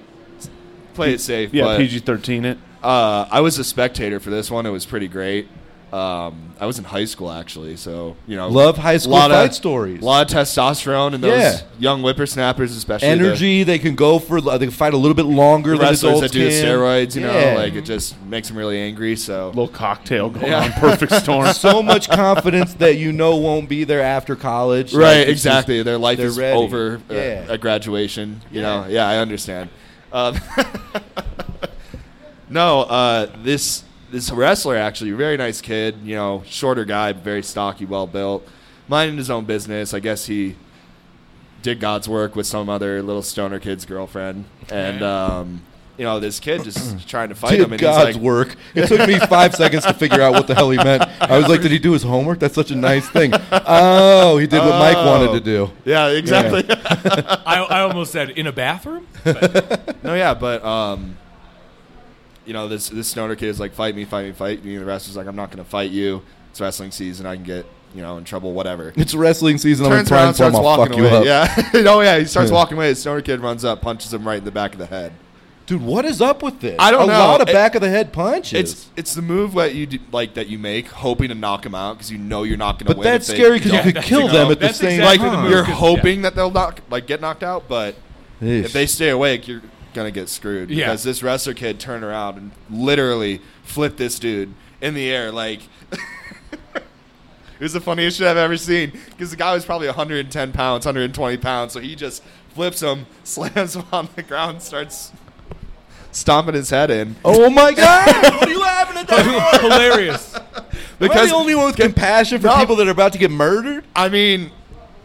[SPEAKER 12] Play it safe.
[SPEAKER 3] yeah,
[SPEAKER 12] but,
[SPEAKER 3] PG thirteen. It.
[SPEAKER 12] Uh, I was a spectator for this one. It was pretty great. Um, I was in high school actually, so you know,
[SPEAKER 2] Love high school
[SPEAKER 12] lot
[SPEAKER 2] fight
[SPEAKER 12] of,
[SPEAKER 2] stories.
[SPEAKER 12] A lot of testosterone in those
[SPEAKER 2] Yeah.
[SPEAKER 12] young whippersnappers, especially the-
[SPEAKER 2] Energy, they can go for they can fight a little bit
[SPEAKER 12] The,
[SPEAKER 2] longer than
[SPEAKER 12] wrestlers
[SPEAKER 2] adults
[SPEAKER 12] that do the
[SPEAKER 2] can.
[SPEAKER 12] steroids, you
[SPEAKER 2] Yeah.
[SPEAKER 12] know, like it just makes them really angry. So
[SPEAKER 3] Little cocktail going
[SPEAKER 12] Yeah.
[SPEAKER 3] on. Perfect storm.
[SPEAKER 2] so much confidence that you know won't be there after college. Like,
[SPEAKER 12] right,
[SPEAKER 2] it's
[SPEAKER 12] exactly. Their life
[SPEAKER 2] they're
[SPEAKER 12] is
[SPEAKER 2] ready.
[SPEAKER 12] over uh,
[SPEAKER 2] Yeah.
[SPEAKER 12] at graduation. You know, yeah, I understand. Um, no, uh, this this wrestler actually, very nice kid. You know, shorter guy, very stocky, well built, minding his own business. I guess he did God's work with some other little stoner kid's girlfriend, and um, you know, this kid just trying to fight
[SPEAKER 2] Just
[SPEAKER 12] him,
[SPEAKER 2] did
[SPEAKER 12] and
[SPEAKER 2] God's
[SPEAKER 12] he's like,
[SPEAKER 2] work. It took me five seconds to figure out what the hell he meant. I was like, "Did he do his homework?" That's such a nice thing. Oh, he did what Mike wanted to do.
[SPEAKER 12] Oh. Yeah, exactly.
[SPEAKER 4] I, I almost said in a bathroom.
[SPEAKER 12] No, yeah, but um, you know, this this stoner kid is like, fight me, fight me, fight me. And the wrestler's like, I'm not gonna fight you. It's wrestling season. I can get you know in trouble, whatever.
[SPEAKER 2] It's wrestling season.
[SPEAKER 12] Turns
[SPEAKER 2] I'm in prime
[SPEAKER 12] around, starts
[SPEAKER 2] form. I'll fuck
[SPEAKER 12] walking
[SPEAKER 2] you
[SPEAKER 12] away.
[SPEAKER 2] up.
[SPEAKER 12] Yeah. oh yeah, he starts
[SPEAKER 2] Yeah.
[SPEAKER 12] walking away. The stoner kid runs up, punches him right in the back of the head.
[SPEAKER 2] Dude, what is up with this?
[SPEAKER 12] I don't
[SPEAKER 2] a
[SPEAKER 12] know.
[SPEAKER 2] A lot of
[SPEAKER 12] It-
[SPEAKER 2] back of the head punches.
[SPEAKER 12] It's it's the move that you do, like that you make, hoping to knock him out because you know you're not gonna.
[SPEAKER 2] but
[SPEAKER 12] win
[SPEAKER 2] that's
[SPEAKER 12] if they
[SPEAKER 2] scary because
[SPEAKER 12] don't.
[SPEAKER 2] you could kill them at the
[SPEAKER 4] that's
[SPEAKER 2] same
[SPEAKER 4] exactly
[SPEAKER 12] like
[SPEAKER 4] the
[SPEAKER 2] time.
[SPEAKER 4] move.
[SPEAKER 12] you're
[SPEAKER 4] Yeah.
[SPEAKER 12] hoping that they'll knock like get knocked out, but
[SPEAKER 2] Eesh.
[SPEAKER 12] if they stay awake, you're gonna get screwed
[SPEAKER 4] Yeah.
[SPEAKER 12] because this wrestler kid turned around and literally flipped this dude in the air. Like it was the funniest shit I've ever seen because the guy was probably 110 pounds, 120 pounds, so he just flips him, slams him on the ground, starts stomping his head in.
[SPEAKER 2] oh my god! what are you laughing at? That?
[SPEAKER 4] Hilarious.
[SPEAKER 2] Am I
[SPEAKER 12] Because
[SPEAKER 2] the only one with compassion for
[SPEAKER 12] No.
[SPEAKER 2] people that are about to get murdered?
[SPEAKER 12] I mean.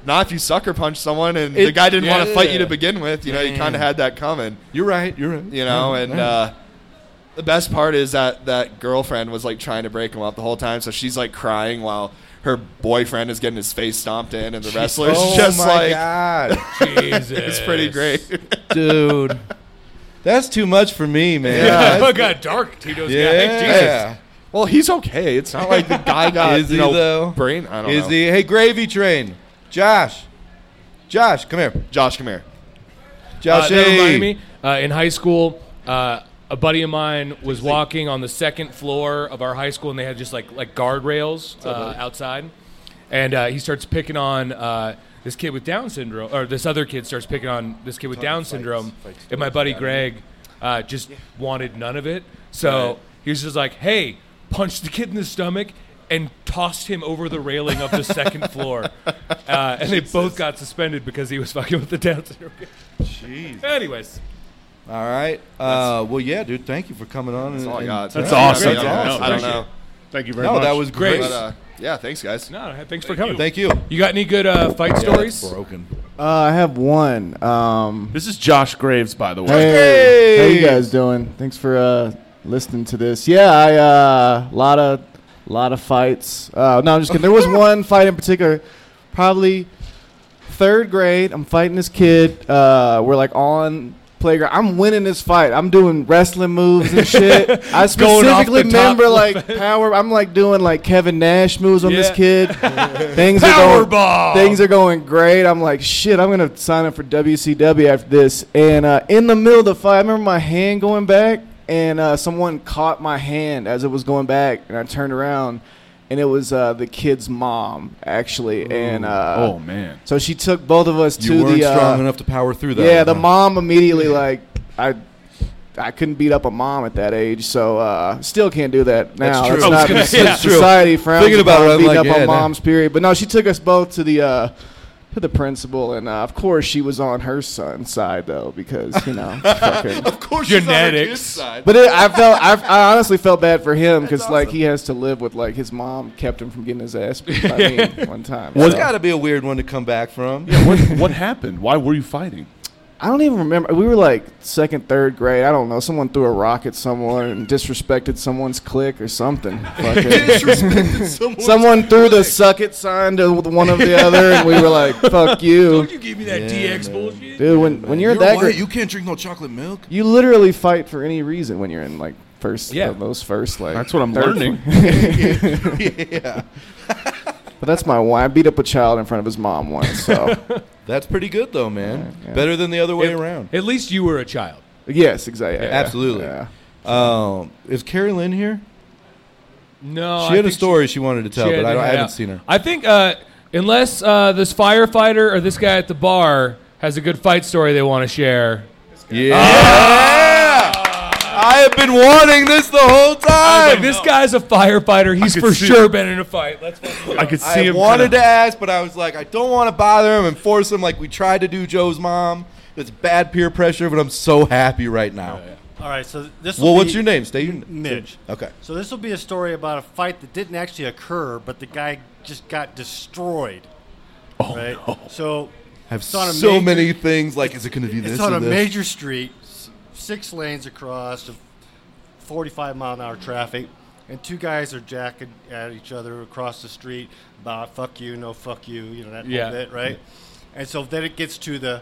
[SPEAKER 12] Not if you sucker punch someone and the
[SPEAKER 2] It-
[SPEAKER 12] guy didn't want to fight you
[SPEAKER 2] yeah.
[SPEAKER 12] to begin with. You know, you kind of had that coming.
[SPEAKER 2] You're right. You're right.
[SPEAKER 12] you know and uh, the best part is that that girlfriend was like trying to break him up the whole time so she's like crying while her boyfriend is getting his face stomped in and the wrestler's
[SPEAKER 2] oh
[SPEAKER 12] just
[SPEAKER 2] my
[SPEAKER 12] like
[SPEAKER 2] god,
[SPEAKER 4] Jesus.
[SPEAKER 12] it's pretty great
[SPEAKER 2] dude. That's too much for me, man.
[SPEAKER 4] Look got Oh, dark Tito's guy. Jesus. Uh,
[SPEAKER 2] Yeah.
[SPEAKER 12] well he's okay it's not like the guy got
[SPEAKER 2] Is
[SPEAKER 12] you
[SPEAKER 2] he,
[SPEAKER 12] know,
[SPEAKER 2] though?
[SPEAKER 12] brain i don't
[SPEAKER 2] Is
[SPEAKER 12] know
[SPEAKER 2] he? Hey, gravy train. Josh. Josh, come here.
[SPEAKER 12] josh come here
[SPEAKER 2] Josh,
[SPEAKER 4] Uh, that
[SPEAKER 2] hey.
[SPEAKER 4] reminded me. Uh, in high school, uh, a buddy of mine was walking on the second floor of our high school, and they had just like like guardrails uh,
[SPEAKER 2] Uh-huh.
[SPEAKER 4] outside. And uh, he starts picking on uh, this kid with Down syndrome, or this other kid starts picking on this kid with Down syndrome. and my buddy Greg uh, just wanted none of it, so he was just like, "Hey, punch the kid in the stomach." And tossed him over the railing of the second floor, uh, and they both got suspended because he was fucking with the Down syndrome. kid. Anyways,
[SPEAKER 2] All right. Uh, well, yeah, dude. Thank you for coming on.
[SPEAKER 12] that's
[SPEAKER 2] and-
[SPEAKER 12] all i
[SPEAKER 2] and-
[SPEAKER 12] got
[SPEAKER 3] That's
[SPEAKER 12] Yeah,
[SPEAKER 3] awesome.
[SPEAKER 12] yeah,
[SPEAKER 2] That's
[SPEAKER 12] i don't
[SPEAKER 3] awesome.
[SPEAKER 12] know
[SPEAKER 3] Thank you very
[SPEAKER 2] No,
[SPEAKER 3] much.
[SPEAKER 2] that was great.
[SPEAKER 4] Great.
[SPEAKER 12] but uh, yeah thanks guys
[SPEAKER 4] no, thanks for coming.
[SPEAKER 2] Thank you.
[SPEAKER 4] You got any good uh, fight stories?
[SPEAKER 2] Broken.
[SPEAKER 13] Uh, I have one. Um,
[SPEAKER 3] this is Josh Graves, by the way.
[SPEAKER 13] hey, how you guys doing? Thanks for uh, listening to this. Yeah, I uh, lot of lot of fights. Uh, no, I'm just kidding. There was one fight in particular, probably third grade. I'm fighting this kid. Uh, we're like on playground. I'm winning this fight. I'm doing wrestling moves and shit. I
[SPEAKER 11] Going off
[SPEAKER 13] specifically
[SPEAKER 11] the top.
[SPEAKER 13] remember like power. I'm like doing like Kevin Nash moves on this
[SPEAKER 11] Yeah.
[SPEAKER 13] kid. things are going
[SPEAKER 11] Powerball.
[SPEAKER 13] things are going great. I'm like shit. I'm gonna sign up for WCW after this. And uh, in the middle of the fight, I remember my hand going back, and uh, someone caught my hand as it was going back, and I turned around. And it was uh, the kid's mom, actually, and uh,
[SPEAKER 3] Oh, man.
[SPEAKER 13] So she took both of us
[SPEAKER 2] You
[SPEAKER 13] to
[SPEAKER 2] weren't
[SPEAKER 13] the uh,
[SPEAKER 2] strong enough to power through that.
[SPEAKER 13] yeah, the
[SPEAKER 2] huh?
[SPEAKER 13] mom immediately like I I couldn't beat up a mom at that age, so uh, still can't do that now.
[SPEAKER 2] true.
[SPEAKER 13] That's
[SPEAKER 2] I was
[SPEAKER 13] not
[SPEAKER 2] gonna say, that's true.
[SPEAKER 13] society frowns
[SPEAKER 2] Thinking about it,
[SPEAKER 13] upon
[SPEAKER 2] I'm
[SPEAKER 13] beating
[SPEAKER 2] like,
[SPEAKER 13] up
[SPEAKER 2] yeah,
[SPEAKER 13] on
[SPEAKER 2] no.
[SPEAKER 13] moms. Period. But no, she took us both to the. Uh, to the principal, and uh, of course she was on her son's side though, because you know, fucking-
[SPEAKER 12] Of course, she's on her
[SPEAKER 4] Genetics.
[SPEAKER 12] kid's side.
[SPEAKER 13] but it, I felt I, I honestly felt bad for him because like he has to live with like his mom kept him from getting his ass beat by me one time.
[SPEAKER 2] It's
[SPEAKER 13] so.
[SPEAKER 2] got to be a weird one to come back from.
[SPEAKER 3] what, what happened? Why were you fighting?
[SPEAKER 13] I don't even remember. We were like second, third grade. I don't know. Someone threw a rock at someone and disrespected someone's clique or something. Fucking. someone threw the suck it sign to one of the other, and we were like, "Fuck you,
[SPEAKER 4] You gave me that DX bullshit.
[SPEAKER 13] dude." When when you're,
[SPEAKER 2] You're
[SPEAKER 13] that,
[SPEAKER 2] white,
[SPEAKER 13] gr-
[SPEAKER 2] you can't drink no chocolate milk.
[SPEAKER 13] you literally fight for any reason when you're in like first,
[SPEAKER 4] Yeah.
[SPEAKER 13] yeah. those first like.
[SPEAKER 3] That's what I'm
[SPEAKER 13] third-
[SPEAKER 3] learning.
[SPEAKER 13] But that's my one. I beat up a child in front of his mom once. So
[SPEAKER 2] That's pretty good though, man.
[SPEAKER 13] Yeah.
[SPEAKER 2] Better than the other way
[SPEAKER 4] It-
[SPEAKER 2] around.
[SPEAKER 4] At least you were a child.
[SPEAKER 13] yes, exactly. Yeah,
[SPEAKER 2] Absolutely.
[SPEAKER 13] yeah.
[SPEAKER 2] Um, is Carrie Lynn here?
[SPEAKER 4] No,
[SPEAKER 2] she had a story she, wanted to tell,
[SPEAKER 4] Yeah,
[SPEAKER 2] but I,
[SPEAKER 4] they
[SPEAKER 2] don't, I
[SPEAKER 4] had
[SPEAKER 2] haven't
[SPEAKER 4] out.
[SPEAKER 2] seen her.
[SPEAKER 4] I think uh, unless uh, this firefighter or this guy at the bar has a good fight story they want to share. Uh,
[SPEAKER 2] Yeah. I have been wanting this the whole
[SPEAKER 4] Like,
[SPEAKER 2] time.
[SPEAKER 4] this guy's a firefighter. He's
[SPEAKER 3] could
[SPEAKER 4] for
[SPEAKER 3] see
[SPEAKER 4] sure
[SPEAKER 3] it.
[SPEAKER 4] been in a fight. Let's fucking go.
[SPEAKER 3] I could see
[SPEAKER 2] I
[SPEAKER 3] him.
[SPEAKER 2] wanted
[SPEAKER 3] kinda-
[SPEAKER 2] to ask, but I was like, I don't want to bother him and force him like we tried to do Joe's mom. It's bad peer pressure, but I'm so happy right now.
[SPEAKER 14] All right, so this.
[SPEAKER 2] Well,
[SPEAKER 14] will
[SPEAKER 2] what's
[SPEAKER 14] be
[SPEAKER 2] your name? Stay your
[SPEAKER 14] Midge.
[SPEAKER 2] Okay.
[SPEAKER 14] So this will be a story about a fight that didn't actually occur, but the guy just got destroyed. Oh right? So
[SPEAKER 2] I have
[SPEAKER 14] It's on a
[SPEAKER 2] so
[SPEAKER 14] major-
[SPEAKER 2] many things. Like, is it going to be this
[SPEAKER 14] it's on
[SPEAKER 2] or
[SPEAKER 14] a
[SPEAKER 2] this?
[SPEAKER 14] major street, s- six lanes across, of 45 mile an hour traffic, and two guys are jacking at each other across the street about fuck you, no fuck you, you know that
[SPEAKER 4] Yeah.
[SPEAKER 14] whole bit, right? And so then it gets to the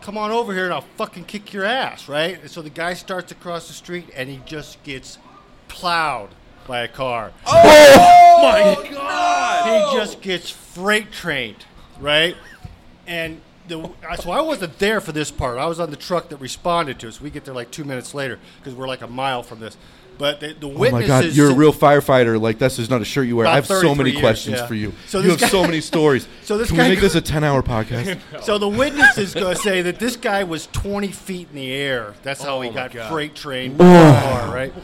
[SPEAKER 14] come on over here and I'll fucking kick your ass, right? And so the guy starts across the street and he just gets plowed by a car.
[SPEAKER 2] Oh, my
[SPEAKER 14] He just gets freight trained, right? And the, so I wasn't there for this part. I was on the truck that responded to us. We get there like two minutes later because we're like a mile from this. But the, the
[SPEAKER 2] Oh
[SPEAKER 14] witnesses.
[SPEAKER 2] my God, you're a real firefighter. Like, that's just not a shirt you wear.
[SPEAKER 14] About
[SPEAKER 2] I have so
[SPEAKER 14] 33
[SPEAKER 2] many
[SPEAKER 14] years,
[SPEAKER 2] questions
[SPEAKER 14] yeah.
[SPEAKER 2] for you.
[SPEAKER 14] So
[SPEAKER 2] you
[SPEAKER 14] this
[SPEAKER 2] have so
[SPEAKER 14] guy-
[SPEAKER 2] many stories.
[SPEAKER 14] So this
[SPEAKER 2] Can
[SPEAKER 14] guy
[SPEAKER 2] we make
[SPEAKER 14] go-
[SPEAKER 2] this a 10 hour podcast?
[SPEAKER 14] So the witness is going to say that this guy was 20 feet in the air. That's how he got freight trained by a car, right?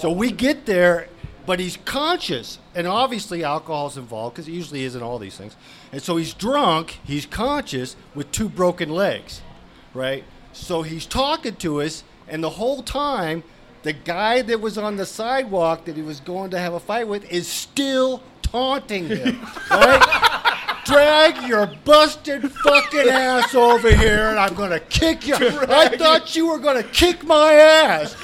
[SPEAKER 14] So we get there, but he's conscious, and obviously alcohol's involved because it usually is in all these things. And so he's drunk, he's conscious with two broken legs, right? So he's talking to us, and the whole time, the guy that was on the sidewalk that he was going to have a fight with is still taunting him, right? Drag your busted fucking ass over here, and I'm gonna kick you. I thought you were gonna kick my ass.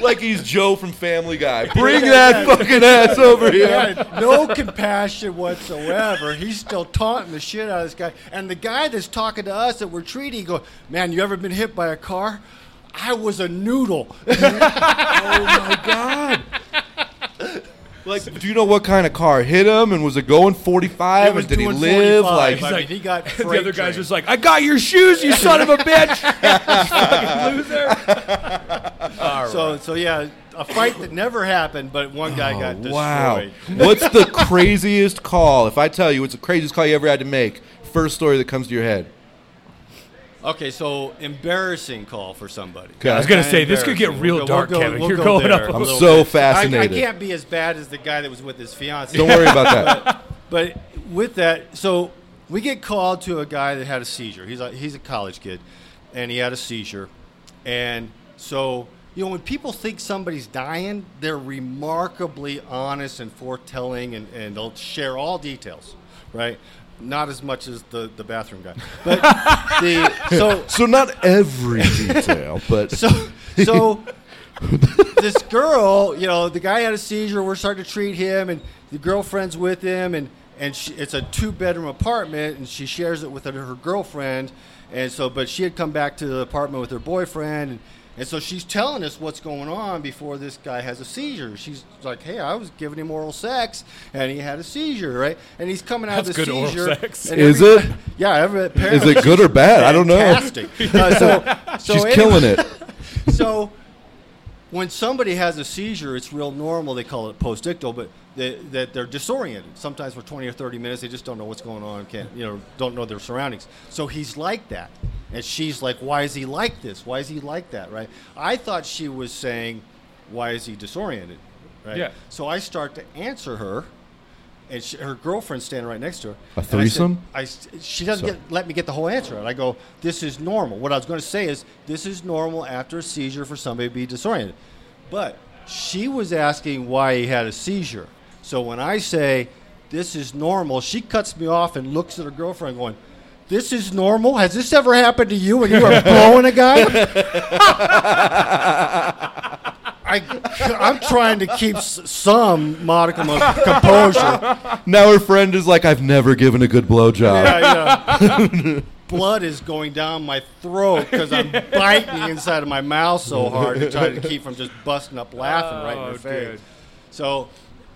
[SPEAKER 2] like, he's Joe from Family Guy. Bring that fucking ass over here.
[SPEAKER 14] Yeah, no compassion whatsoever. He's still taunting the shit out of this guy. And the guy that's talking to us that we're treating, go, man, you ever been hit by a car? I was a noodle. Oh
[SPEAKER 2] Like, do you know what kind of car hit him? And was it going 45? And did he live? Like,
[SPEAKER 14] I mean, he got
[SPEAKER 4] the other
[SPEAKER 14] freight
[SPEAKER 4] guy's just like, I got your shoes, you son of a bitch. Fucking loser.
[SPEAKER 14] trained. so so yeah, a fight that never happened, but one guy got destroyed.
[SPEAKER 2] Oh, wow. What's the craziest call? If I tell you, what's the craziest call you ever had to make? First story that comes to your head.
[SPEAKER 14] Okay, so embarrassing call for somebody.
[SPEAKER 2] Okay. I was
[SPEAKER 4] gonna say, this could get real
[SPEAKER 14] We'll
[SPEAKER 4] dark,
[SPEAKER 14] go-
[SPEAKER 4] Kevin.
[SPEAKER 14] we'll
[SPEAKER 4] You're
[SPEAKER 14] go
[SPEAKER 4] going
[SPEAKER 14] there
[SPEAKER 4] up
[SPEAKER 14] a
[SPEAKER 4] a
[SPEAKER 14] little
[SPEAKER 2] I'm so
[SPEAKER 14] I, I
[SPEAKER 2] fascinated.
[SPEAKER 14] can't be as bad as the guy that was with his fiance.
[SPEAKER 2] Don't worry about that.
[SPEAKER 14] But with that, so we get called to a guy that had a seizure. He's a, he's a college kid, and he had a seizure, and so you know when people think somebody's dying, they're remarkably honest and foretelling, and, and they'll share all details, right? Not as much as the, the bathroom guy, but the so
[SPEAKER 2] So not every detail, but
[SPEAKER 14] so so this girl, you know, the guy had a seizure. We're starting to treat him, and the girlfriend's with him, and and she, it's a two bedroom apartment, and she shares it with her, her girlfriend, and so but she had come back to the apartment with her boyfriend, and, and so she's telling us what's going on before this guy has a seizure. She's like, "Hey, I was giving him oral sex, and he had a seizure, right? And he's coming out of
[SPEAKER 8] That's
[SPEAKER 14] the
[SPEAKER 8] good oral
[SPEAKER 14] seizure.
[SPEAKER 8] sex.
[SPEAKER 14] and
[SPEAKER 8] Is
[SPEAKER 14] every-
[SPEAKER 8] it?
[SPEAKER 14] Yeah, every,
[SPEAKER 8] Is
[SPEAKER 14] apparently
[SPEAKER 8] it good or bad? I don't know.
[SPEAKER 14] Fantastic. Uh, so, so
[SPEAKER 8] She's
[SPEAKER 14] anyway-
[SPEAKER 8] killing it.
[SPEAKER 14] so when somebody has a seizure, it's real normal. They call it postdictal, but they, that they're disoriented. Sometimes for 20 or 30 minutes, they just don't know what's going on. Can't you know? Don't know their surroundings. So he's like that, and she's like, "Why is he like this? Why is he like that?" Right? I thought she was saying, "Why is he disoriented?" Right?
[SPEAKER 11] Yeah.
[SPEAKER 14] So I start to answer her, and she, her girlfriend's standing right next to her.
[SPEAKER 8] A
[SPEAKER 14] And I said-
[SPEAKER 8] threesome?
[SPEAKER 14] I s- she doesn't
[SPEAKER 8] Sorry.
[SPEAKER 14] get, let me get the whole answer out. I go, this is normal. What I was going to say is, this is normal after a seizure for somebody to be disoriented. But she was asking why he had a seizure. So when I say, this is normal, she cuts me off and looks at her girlfriend going, this is normal? Has this ever happened to you and you are blowing a guy? I, I'm trying to keep s- some modicum of composure.
[SPEAKER 2] Now her friend is like, I've never given a good blowjob.
[SPEAKER 14] Yeah, yeah. Blood is going down my throat because I'm biting the inside of my mouth so hard to try to keep from just busting up laughing right in
[SPEAKER 8] Oh,
[SPEAKER 14] her face.
[SPEAKER 8] dude.
[SPEAKER 14] So,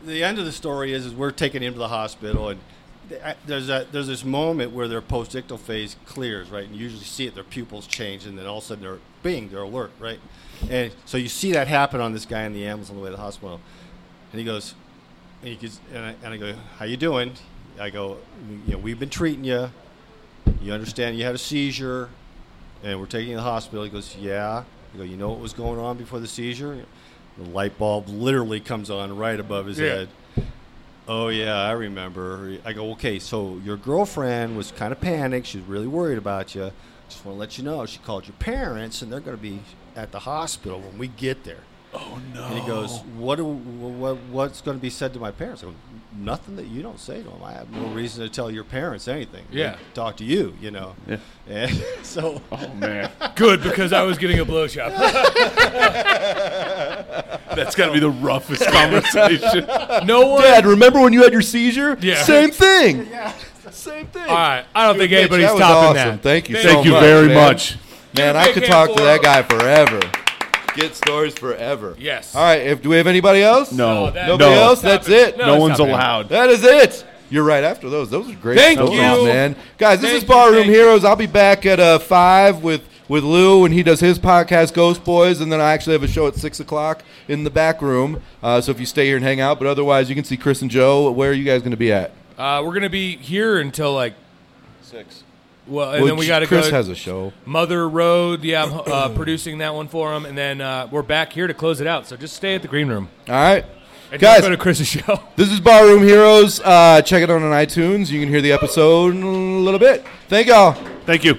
[SPEAKER 14] the end of the story is, is we're taking him to the hospital, and th- I- there's a, there's this moment where their postdictal phase clears, right? And you usually see it, their pupils change, and then all of a sudden they're bing, they're alert, right? And so you see that happen on this guy in the ambulance on the way to the hospital, and he goes, and, he goes, and, I, and I go, how you doing? I go, you know, we've been treating you. You understand you had a seizure, and we're taking you to the hospital. He goes, yeah. I go, you know what was going on before the seizure? The light bulb literally comes on right above his
[SPEAKER 8] Yeah.
[SPEAKER 14] head. Oh yeah, I remember. I go, okay, so your girlfriend was kind of panicked. She's really worried about you. Just want to let you know, she called your parents, and they're going to be at the hospital when we get there. Oh no! And he goes, what, do, what what's going to be said to my parents? I go, nothing that you don't say to them. I have no reason to tell your parents anything. They
[SPEAKER 4] Yeah.
[SPEAKER 14] talk to you, you know.
[SPEAKER 3] Yeah.
[SPEAKER 14] And so. Oh
[SPEAKER 3] man.
[SPEAKER 4] Good, because I was getting a blowjob.
[SPEAKER 3] That's got to be the roughest conversation.
[SPEAKER 4] No one.
[SPEAKER 2] Dad, remember when you had your seizure?
[SPEAKER 4] Yeah.
[SPEAKER 2] Same thing.
[SPEAKER 4] Same thing. All right. I don't think anybody's
[SPEAKER 2] Mitch, that was
[SPEAKER 4] topping
[SPEAKER 2] awesome.
[SPEAKER 4] that.
[SPEAKER 2] Thank you.
[SPEAKER 3] Thank
[SPEAKER 2] so
[SPEAKER 3] you
[SPEAKER 2] much,
[SPEAKER 3] very
[SPEAKER 2] man.
[SPEAKER 3] much.
[SPEAKER 2] Man,
[SPEAKER 3] Dude,
[SPEAKER 2] I
[SPEAKER 3] big
[SPEAKER 2] could
[SPEAKER 3] hand
[SPEAKER 2] talk to
[SPEAKER 3] for
[SPEAKER 2] that
[SPEAKER 3] him.
[SPEAKER 2] guy forever. Get stories forever.
[SPEAKER 4] Yes.
[SPEAKER 2] All right. If do we have anybody else?
[SPEAKER 3] No. No, that-
[SPEAKER 2] Nobody
[SPEAKER 3] no.
[SPEAKER 2] else.
[SPEAKER 3] Stop
[SPEAKER 2] That's
[SPEAKER 3] it.
[SPEAKER 2] it.
[SPEAKER 3] No No, one's stop it. allowed.
[SPEAKER 2] That is it. You're right. After those, those are great.
[SPEAKER 3] Thank
[SPEAKER 2] photos,
[SPEAKER 3] you.
[SPEAKER 2] man. Guys, this is Barroom Heroes. I'll be back at uh, five with with Lou, and he does his podcast, Ghost Boys, and then I actually have a show at six o'clock in the back room. Uh, so if you stay here and hang out, but otherwise, you can see Chris and Joe. Where are you guys going to be at?
[SPEAKER 4] Uh, we're gonna be here until like
[SPEAKER 3] six.
[SPEAKER 4] Well, and
[SPEAKER 2] Well,
[SPEAKER 4] then we got to go.
[SPEAKER 2] Chris has a show.
[SPEAKER 4] Mother Road. Yeah, I'm uh, producing that one for him, and then uh, we're back here to close it out. So just stay at the green room.
[SPEAKER 2] All right.
[SPEAKER 4] And
[SPEAKER 2] Guys,
[SPEAKER 4] don't go to Chris's show.
[SPEAKER 2] This is Barroom Heroes. Uh, check it out on iTunes. You can hear the episode in a little bit. Thank y'all.
[SPEAKER 3] Thank you.